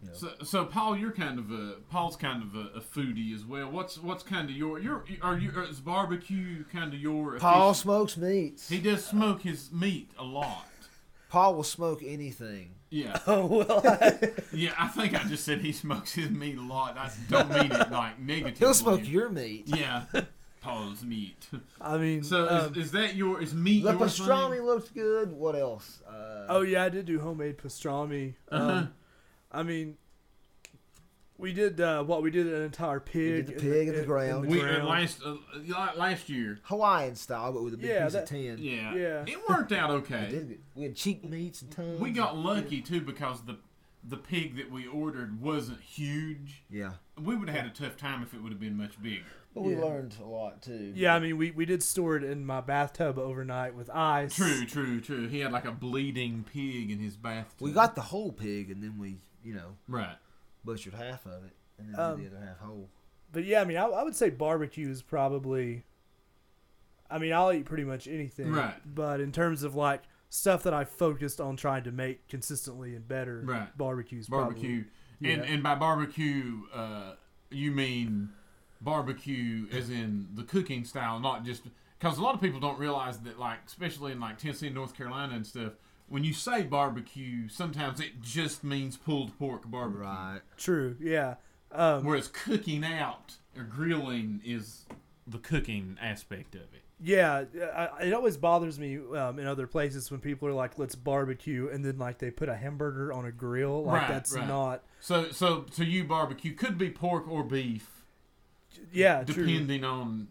A: you know,
B: So, so Paul, you're kind of a Paul's kind of a, a foodie as well. What's what's kind of your your are you is barbecue kind of your
A: Paul
B: official-
A: smokes meats.
B: He does smoke his meat a lot.
A: Paul will smoke anything.
B: Yeah,
C: Oh well, I,
B: yeah. I think I just said he smokes his meat a lot. I don't mean it like negatively.
A: He'll smoke your meat.
B: Yeah, Paul's meat.
C: I mean,
B: So
C: um,
B: is, is that your is meat
A: The
B: your thing?
A: pastrami looks good. What else? Uh,
C: oh yeah, I did do homemade pastrami. Um,
B: Uh-huh.
C: I mean, we did uh, what we did an entire pig,
A: the
C: in
A: pig in the ground.
B: We
C: ground.
B: uh, last uh, la- last year.
A: Hawaiian style, but with a big
C: Yeah,
A: piece
C: that-
A: of tin.
B: Yeah.
C: Yeah.
B: It worked out
A: We,
B: okay.
A: did it. we had cheek meats and tongues.
B: We got lucky too because the the pig that we ordered wasn't huge.
A: Yeah.
B: We would have had a tough time if it would have been much bigger.
A: But we
C: Yeah.
A: learned a lot too.
C: yeah, I mean, we, we did store it in my bathtub overnight with ice.
B: True, true, true. He had like a bleeding pig in his bathtub.
A: We got the whole pig, and then we, you know,
B: right.
A: butchered half of it, and then
C: Um,
A: did the other half whole.
C: But yeah, I mean, I, I would say barbecue is probably. I mean, I'll eat pretty much anything.
B: Right.
C: But in terms of like stuff that I focused on trying to make consistently and better,
B: Right.
C: barbecues
B: Barbecue. And
C: Yeah.
B: and by barbecue, uh, you mean barbecue as in the cooking style, not just because a lot of people don't realize that, like especially in like Tennessee and North Carolina and stuff. When you say barbecue, sometimes it just means pulled pork barbecue.
A: Right.
C: True. Yeah. Um,
B: Whereas cooking out or grilling is the cooking aspect of it.
C: Yeah, uh, I, it always bothers me um, in other places when people are like, "Let's barbecue," and then like they put a hamburger on a grill. Like
B: Right,
C: that's
B: right.
C: not.
B: So so to you barbecue could be pork or beef
C: Yeah, true.
B: depending on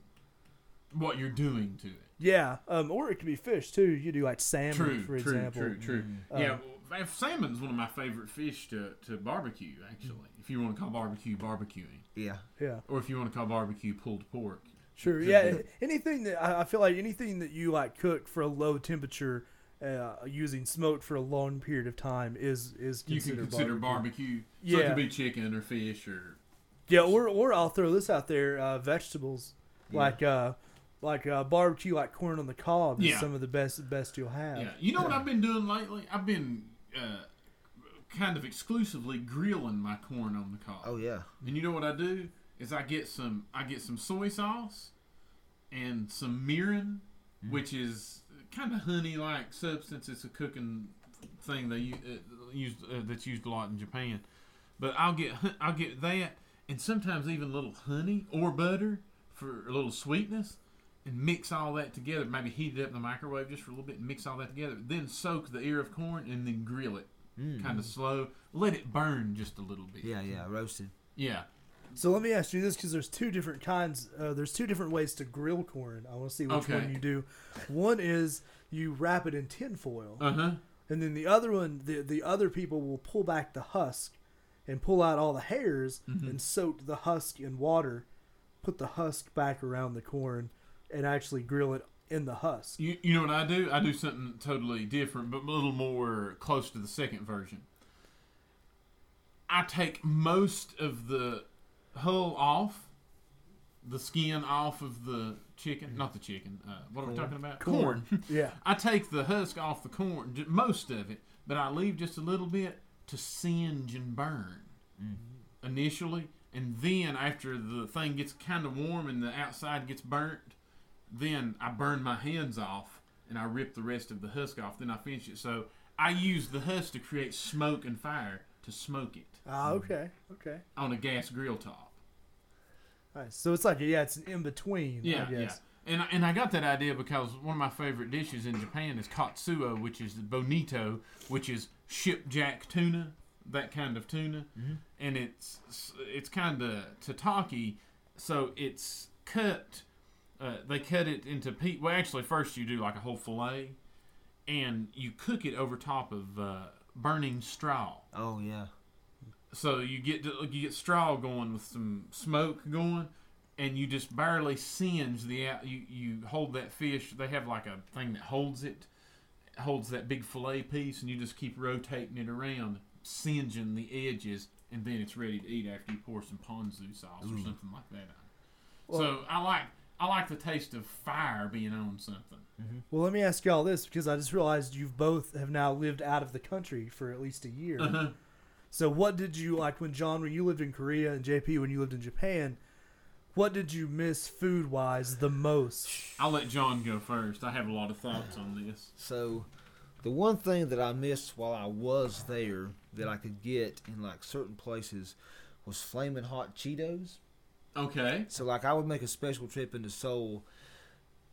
B: what you're doing to it.
C: Yeah, um, or it could be fish too. You do like salmon,
B: True,
C: for
B: true,
C: example.
B: true, true.
C: Mm.
B: yeah,
C: Um,
B: well, f- salmon's one of my favorite fish to, to barbecue. Actually, if you want to call barbecue barbecuing,
A: Yeah.
C: Yeah,
B: or if you want to call barbecue pulled pork,
C: sure.
B: Could
C: Yeah,
B: be.
C: anything that I I feel like anything that you like cook for a low temperature, uh, using smoke for a long period of time is is
B: you can
C: considered
B: consider barbecue. So it
C: Yeah.
B: could be chicken or fish or
C: Yeah, or or I'll throw this out there: uh, vegetables
A: Yeah.
C: like uh, like uh, barbecue, like corn on the cob,
B: Yeah.
C: is some of the best best you'll have.
B: yeah. You know what I've been doing lately? I've been uh, kind of exclusively grilling my corn on the cob.
A: Oh yeah.
B: And you know what I do is I get some I get some soy sauce and some mirin, which is kind of honey like substance. It's a cooking thing they u- uh, used uh, that's used a lot in Japan. But I'll get hun- I'll get that and sometimes even a little honey or butter for a little sweetness. And mix all that together. Maybe heat it up in the microwave just for a little bit. and Mix all that together. Then soak the ear of corn and then grill it, kind of slow. Let it burn just a little bit.
A: Yeah, yeah. Roasted.
B: Yeah.
C: So let me ask you this, because there's two different kinds. Uh, there's two different ways to grill corn. I want to see which
B: Okay.
C: one you do. One is you wrap it in tin foil,
B: Uh huh.
C: and then the other one, the the other people will pull back the husk, and pull out all the hairs,
B: Mm-hmm.
C: and soak the husk in water, put the husk back around the corn, and actually grill it in the husk.
B: You, you know what I do? I do something totally different, but a little more close to the second version. I take most of the hull off, the skin off of the chicken. Not the chicken. Uh, what are we talking about?
C: Corn. Yeah.
B: I take the husk off the corn, j- most of it, but I leave just a little bit to singe and burn initially, and then after the thing gets kind of warm and the outside gets burnt, then I burn my hands off and I rip the rest of the husk off. Then I finish it. So I use the husk to create smoke and fire to smoke it
C: Ah, okay, okay.
B: on a gas grill top.
C: Nice. So it's like yeah, it's an in between.
B: Yeah,
C: I
B: yeah.
C: guess.
B: And I, and I got that idea because one of my favorite dishes in Japan is katsuo, which is the bonito, which is shipjack tuna, that kind of tuna,
C: Mm-hmm.
B: and it's it's kind of tataki, so it's cut. Uh, they cut it into pe Well, actually, first you do like a whole fillet, and you cook it over top of uh, burning straw.
A: Oh yeah.
B: So you get to, you get straw going with some smoke going, and you just barely singe the out. You you hold that fish. They have like a thing that holds it, holds that big fillet piece, and you just keep rotating it around, singeing the edges, and then it's ready to eat after you pour some ponzu sauce or something like that. on it. so I like I like the taste of fire being on something.
C: Well, let me ask y'all this because I just realized you've both have now lived out of the country for at least a year.
B: Uh-huh.
C: So, what did you like when John, when you lived in Korea, and JP, when you lived in Japan? What did you miss food wise the most?
B: I'll let John go first. I have a lot of thoughts on this.
A: So, the one thing that I missed while I was there that I could get in like certain places was flaming hot Cheetos.
B: Okay.
A: So like I would make a special trip into Seoul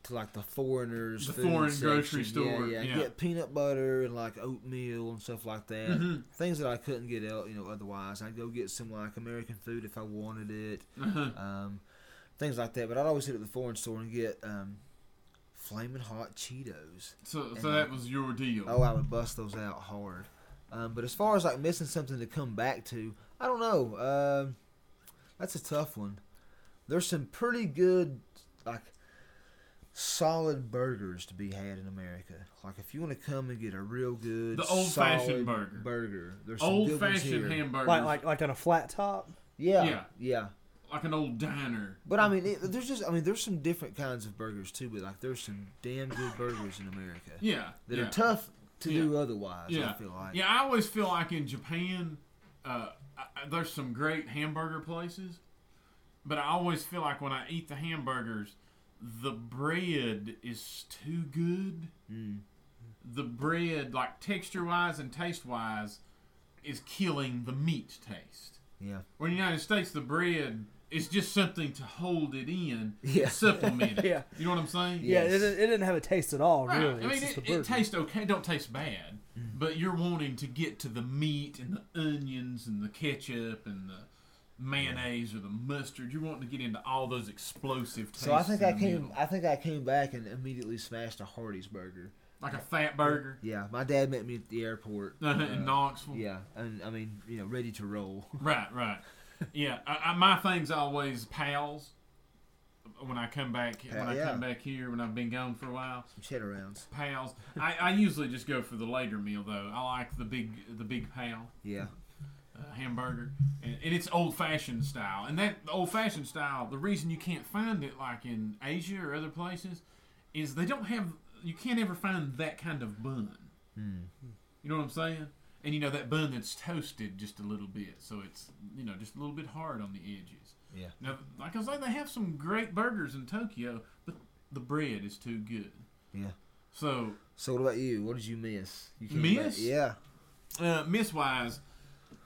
A: to like the foreigners,
B: The
A: food
B: foreign
A: section.
B: grocery store,
A: Yeah, yeah,
B: yeah.
A: and get peanut butter and like oatmeal and stuff like that.
B: Mm-hmm.
A: Things that I couldn't get out, you know, otherwise. I'd go get some like American food if I wanted it,
B: Uh-huh.
A: um, things like that. But I'd always hit up the foreign store and get um, flaming hot Cheetos.
B: So so
A: And,
B: that
A: uh,
B: was your deal.
A: Oh, I would bust those out hard. Um, but as far as like missing something to come back to, I don't know. Um, that's a tough one. There's some pretty good, like, solid burgers to be had in America. Like, if you want to come and get a real good,
B: The old-fashioned
A: solid
B: burger.
A: burger, there's some
B: old
A: good ones
B: fashioned
A: here.
B: hamburger,
C: Like,
B: like,
C: like, like on a flat top.
A: Yeah, yeah,
B: Yeah. an old diner.
A: But I mean, it, there's just, I mean, there's some different kinds of burgers too. But like, there's some damn good burgers in America
B: Yeah,
A: that
B: yeah.
A: are tough to
B: Yeah.
A: do otherwise.
B: Yeah,
A: I feel like.
B: yeah. I always feel like in Japan, uh, I, I- there's some great hamburger places, but I always feel like when I eat the hamburgers, the bread is too good.
A: Hmm.
B: The bread, like texture wise and taste wise, is killing the meat taste.
A: yeah.
B: Or in the United States, the bread it's just something to hold it in,
A: Yeah.
B: supplement it.
C: Yeah.
B: You know what I'm saying?
C: Yeah,
A: Yes.
C: it, didn't- it didn't have a taste at all,
B: Right.
C: really.
B: I mean,
C: It's
B: it,
C: just a
B: it
C: burger.
B: tastes okay. Don't taste bad,
A: Mm-hmm.
B: but you're wanting to get to the meat and the onions and the ketchup and the mayonnaise or the mustard. You're wanting to get into all those explosive tastes.
A: So I think
B: in
A: I
B: the
A: came.
B: middle.
A: I think I came back and immediately smashed a Hardee's burger.
B: like a fat burger
A: Yeah, my dad met me at the airport.
B: in Knoxville.
A: Yeah, and I mean, you know, ready to roll.
B: Right, right. Yeah, I, I, my thing's always pals. When I come back, when
A: Pal-
B: I
A: yeah.
B: come back here, when I've been gone for a while,
A: Some cheddar rounds.
B: pals. I, I usually just go for the later meal though. I like the big the big pal.
A: Yeah,
B: uh, hamburger, and, and it's old fashioned style. And that old fashioned style, the reason you can't find it like in Asia or other places, is they don't have. You can't ever find that kind of bun. You know what I'm saying? And you know that bun that's toasted just a little bit, so it's you know just a little bit hard on the edges.
A: yeah.
B: Now, like I was saying, they have some great burgers in Tokyo, but the bread is too good.
A: Yeah.
B: So
A: So what about you? What did you miss? You came
B: Miss?
A: Back. Yeah.
B: uh, miss wise,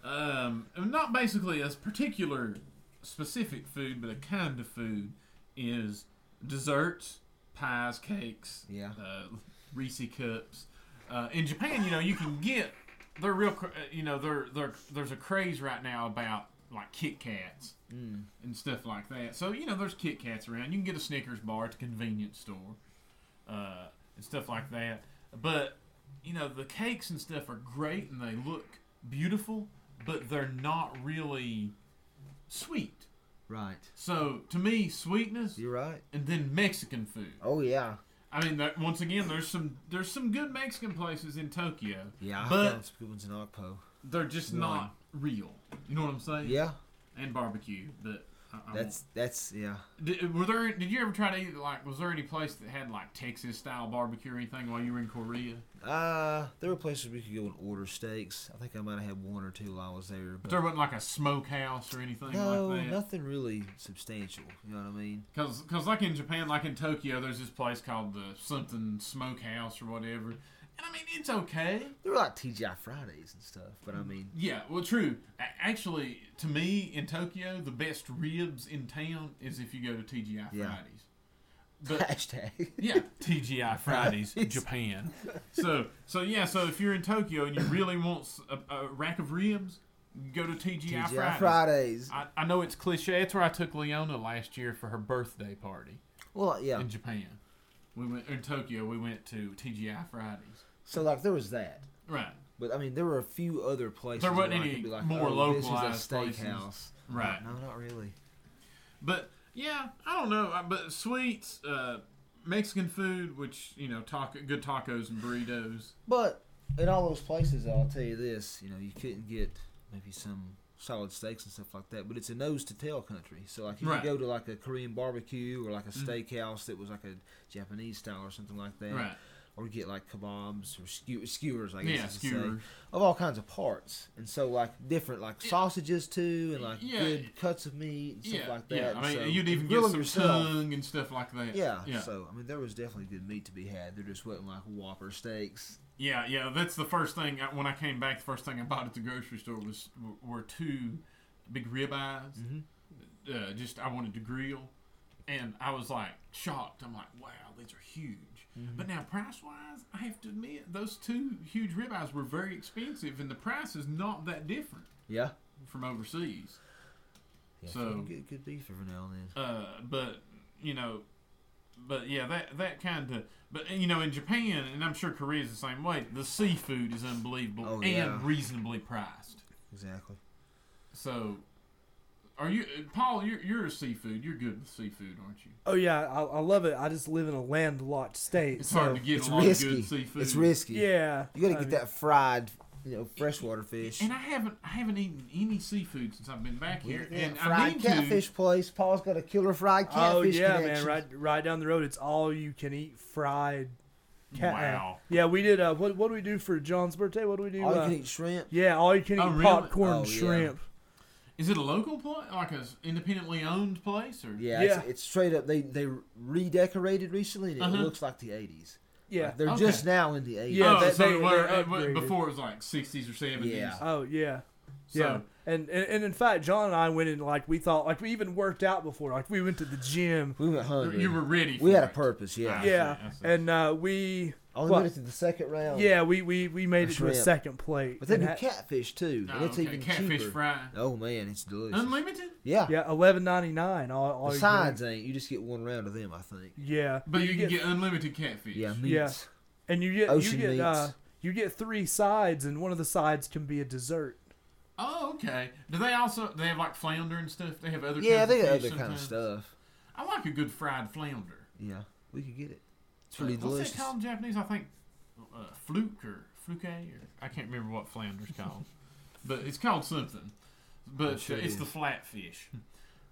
B: um, not basically a particular specific food, but a kind of food is desserts, pies, cakes,
A: Yeah.
B: uh, Reese cups. Uh, in Japan, you know, you can get they're real. cra- uh, You know, they're, they're, there's a craze right now about like Kit Kats
A: Mm.
B: and stuff like that. So you know, there's Kit Kats around. You can get a Snickers bar at the convenience store uh, and stuff like that. But you know, the cakes and stuff are great and they look beautiful, but they're not really sweet.
A: Right.
B: So to me, sweetness
A: You're right.
B: and then Mexican food.
A: Oh yeah.
B: I mean, that, once again, there's some there's some good Mexican places in Tokyo,
A: Yeah. I
B: But-
A: found some good ones in Akpo.
B: they're just
A: One.
B: not real. You know what I'm saying?
A: Yeah.
B: And barbecue, but I, I won't-
A: That's that's yeah.
B: Did, were there? Did you ever try to eat like? Was there any place that had like Texas style barbecue or anything while you were in Korea?
A: Uh, there were places we could go and order steaks. I think I might have had one or two while I was there.
B: But
A: But
B: there wasn't like a smokehouse or anything
A: no,
B: like that.
A: nothing really substantial. You know what I mean?
B: Because like in Japan, like in Tokyo, there's this place called the something smokehouse or whatever. And I mean, it's okay.
A: There were like TGI Fridays and stuff. But I mean,
B: Yeah, well, true. A- Actually, to me in Tokyo, the best ribs in town is if you go to TGI Fridays.
A: Yeah.
B: But
A: hashtag.
B: Yeah, TGI Fridays, Japan. So, so yeah, so if you're in Tokyo and you really want s- a, a rack of ribs, go to TGI,
A: TGI
B: Fridays.
A: Fridays.
B: I, I know it's cliche. It's where I took Leona last year for her birthday party
A: Well, yeah.
B: in Japan. We went in Tokyo. We went to TGI Fridays.
A: So like there was that.
B: Right,
A: But I mean, there were a few other places.
B: There wasn't
A: where I
B: any
A: could be like,
B: more
A: oh, this is a
B: localized places.
A: steakhouse.
B: right.
A: No, not really.
B: But yeah, I don't know. I- But sweets, uh, Mexican food, which you know, taco, good tacos and burritos.
A: But in all those places, I'll tell you this: you know, you couldn't get maybe some solid steaks and stuff like that. But it's a nose to tail country, so like if
B: Right. Mm-hmm.
A: you go to like a Korean barbecue or like a steakhouse that was like a Japanese style or something like that,
B: Right.
A: or get like kebabs or skew- skewers, I guess
B: Yeah,
A: you could say,
B: skewers.
A: of all kinds of parts, and so like different like sausages too, and like
B: Yeah.
A: good cuts of meat and stuff like that.
B: Yeah, I mean,
A: so
B: you'd even get
A: grilling
B: some
A: yourself-
B: tongue and stuff like that.
A: Yeah,
B: yeah,
A: so I mean, there was definitely good meat to be had. There just wasn't like Whopper steaks.
B: yeah, yeah. That's the first thing I, when I came back. The first thing I bought at the grocery store was were two big ribeyes. Uh, just I wanted to grill, and I was like shocked. I'm like, wow, these are huge. But now price wise, I have to admit those two huge ribeyes were very expensive, and the price is not that different
A: Yeah.
B: from overseas.
A: Yeah,
B: So-
A: so good, good beef every now and then.
B: Uh, but you know, but yeah, that that kind of. But you know, in Japan, and I'm sure Korea is the same way. The seafood is unbelievable
A: Oh,
B: and
A: yeah.
B: reasonably priced.
A: Exactly.
B: So, are you, uh, Paul? You're you're a seafood. You're good with seafood, aren't you?
C: Oh, yeah, I, I love it. I just live in a landlocked state.
B: It's
C: so,
B: hard to get
A: It's
B: a lot of
A: risky.
B: good seafood.
A: It's risky.
C: Yeah.
A: You gotta
C: I
A: get
C: mean,
A: that fried, you know, freshwater fish.
B: And I haven't I haven't eaten any seafood since I've been back
A: We
B: here,
A: got that
B: and
A: fried
B: I mean
A: catfish place. Paul's got a killer fried
C: Oh,
A: catfish
C: yeah, man.
A: connection.
C: Right, right down the road, it's all you can eat fried
B: to.
A: uh,
C: cat. uh,
B: Wow.
C: Yeah, we did. Uh, what, what do we do for John's birthday? What do we do?
A: All you
C: uh,
A: can eat shrimp.
C: Yeah, all you can eat
B: Oh, really?
C: popcorn
A: Oh, yeah.
C: shrimp.
B: Is it a local place, like a s- independently owned place, or
A: Yeah, It's,
C: Yeah.
A: it's straight up. They they redecorated recently, and it
B: Uh-huh.
A: looks like the '80s.
C: Yeah.
A: Like, they're
B: Okay.
A: just now in the '80s.
C: Yeah,
B: oh,
C: they-
B: so
C: they-
B: it were-
C: they
B: it were-
C: upgraded.
B: before it was like 60s or 70s.
A: Yeah.
C: Oh yeah,
B: So,
C: yeah. And, and and in fact, John and I went in like we thought, like we even worked out before, like we went to the gym.
A: We went
B: you-
A: hungry.
B: You were ready. For
A: we had a
B: it.
A: purpose, yeah.
B: I
C: yeah,
B: see, I see.
C: and uh, we
A: Only
C: Well,
A: made it to the second round.
C: yeah we we, we made it to a
A: Shrimp.
C: second plate.
A: But they
C: and
A: do
C: had-
A: catfish too,
B: No,
A: and it's
B: Oh, okay,
A: even
B: catfish
A: cheaper.
B: fry.
A: Oh man, it's delicious.
B: Unlimited, Oh,
A: Yeah.
C: yeah, eleven ninety nine. All, all
A: The
C: you can-
A: sides ain't. You just get one round of them, I think.
C: Yeah,
B: but you, can get, unlimited catfish.
A: Yeah, meats.
C: Yeah. and you get you
A: ocean
C: get
A: meats.
C: uh, you get three sides, and one of the sides can be a dessert.
B: Oh, okay. Do they also they have like flounder and stuff? They have other
A: Yeah,
B: kinds
A: they
B: of
A: got other
B: fish
A: kind of
B: sometimes?
A: stuff.
B: I like a good fried flounder.
A: Yeah, we could get it. It's pretty
B: Uh, What's
A: delicious.
B: that called in Japanese? I think uh, fluke or fluke or I can't remember what flounder's called, but it's called something.
A: I'm
B: But
A: sure
B: uh,
A: it
B: it's
A: is.
B: the flatfish.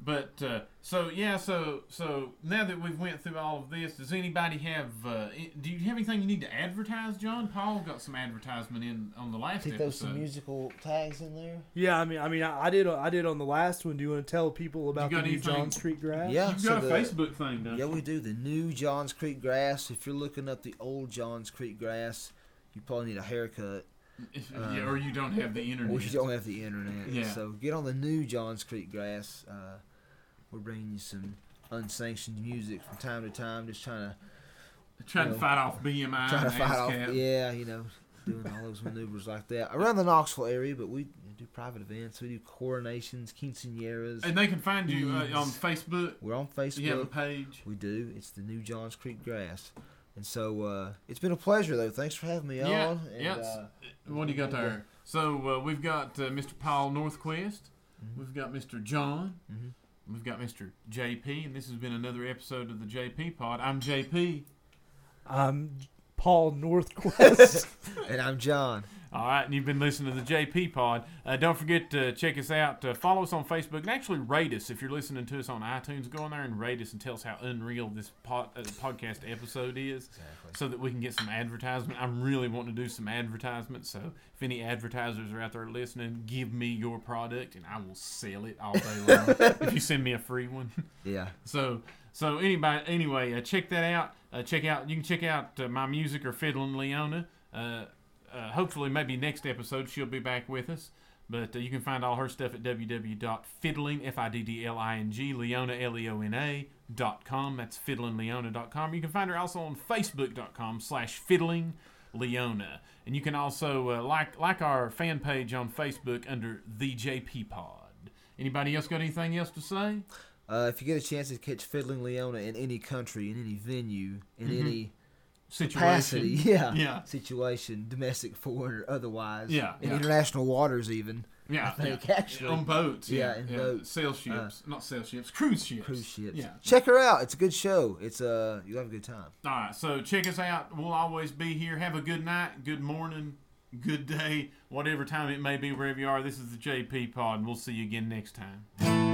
B: But uh, so yeah, so so now that we've went through all of this, does anybody have? Uh, i- do you have anything you need to advertise, John? Paul got some advertisement in on the
A: I
B: last
A: think there was
B: episode.
A: some musical tags in there.
C: Yeah, I mean, I mean, I, I did, I did on the last one. Do you want to tell people about
B: got
C: the new
B: anything?
C: John Street grass?
A: Yeah,
B: You've
A: so
B: got a
A: the-
B: Facebook thing, don't
A: Yeah,
B: you?
A: we do the new Johns Creek grass. If you're looking up the old Johns Creek grass, you probably need a haircut, Uh,
B: yeah, or you don't have the internet.
A: or you don't have the internet.
B: Mm-hmm. Yeah.
A: So get on the new Johns Creek grass. Uh, we're bringing you some unsanctioned music from time to time, just trying to
B: Trying to
A: No.
B: fight off BMI.
A: trying to
B: and
A: fight off.
B: ASCAP.
A: Yeah, you know, doing all those maneuvers like that around the Knoxville area. But we do private events. We do coronations, quinceañeras.
B: And they can find you uh,
A: Yes.
B: on Facebook.
A: We're on Facebook.
B: You have a page.
A: We do. It's the new Johns Creek grass. And so uh, it's been a pleasure, though. Thanks for having me
B: Yeah,
A: on. And,
B: yeah, it's-
A: uh,
B: What do you got there? So uh, we've got uh, Mr. Paul Northquist. We've got Mr. John.
A: Mhm.
B: We've got Mr. JP. And this has been another episode of the JP Pod. I'm JP.
C: I'm Um, Paul Northquist.
A: and I'm John.
B: All right, and you've been listening to the JP Pod. Uh, don't forget to check us out. Uh, follow us on Facebook and actually rate us if you're listening to us on iTunes. Go on there and rate us and tell us how unreal this pod, uh, podcast episode is,
A: Exactly.
B: so that we can get some advertisement. I'm really wanting to do some advertisement. So if any advertisers are out there listening, give me your product and I will sell it all day long. if you send me a free one.
A: Yeah.
B: So so anybody anyway, uh, check that out. Uh, check out you can check out uh, my music or fiddling Leona. Uh, uh, hopefully, maybe next episode she'll be back with us. But uh, you can find all her stuff at www.fiddling f i d d l i n g Leona l e o n a dot com. That's fiddlingleona.com. You can find her also on facebook.com slash fiddling Leona. And you can also uh, like like our fan page on Facebook under the JP Pod. Anybody else got anything else to say?
A: Uh, if you get a chance to catch Fiddling Leona in any country, in any venue, in any capacity,
B: Mm-hmm. Situation.
A: yeah,
B: Yeah.
A: situation, domestic, foreign, or otherwise,
B: Yeah,
A: in
B: yeah.
A: international waters, even,
B: Yeah, Um,
A: I think, actually.
B: on boats. Yeah,
A: Yeah, in boats.
B: Sail ships, not sail ships, cruise ships.
A: cruise ships.
B: Yeah.
A: Check her out. It's a good show. It's uh, you'll have a good time.
B: All right. So check us out. We'll always be here. Have a good night, good morning, good day, whatever time it may be, wherever you are. This is the JP Pod, and we'll see you again next time.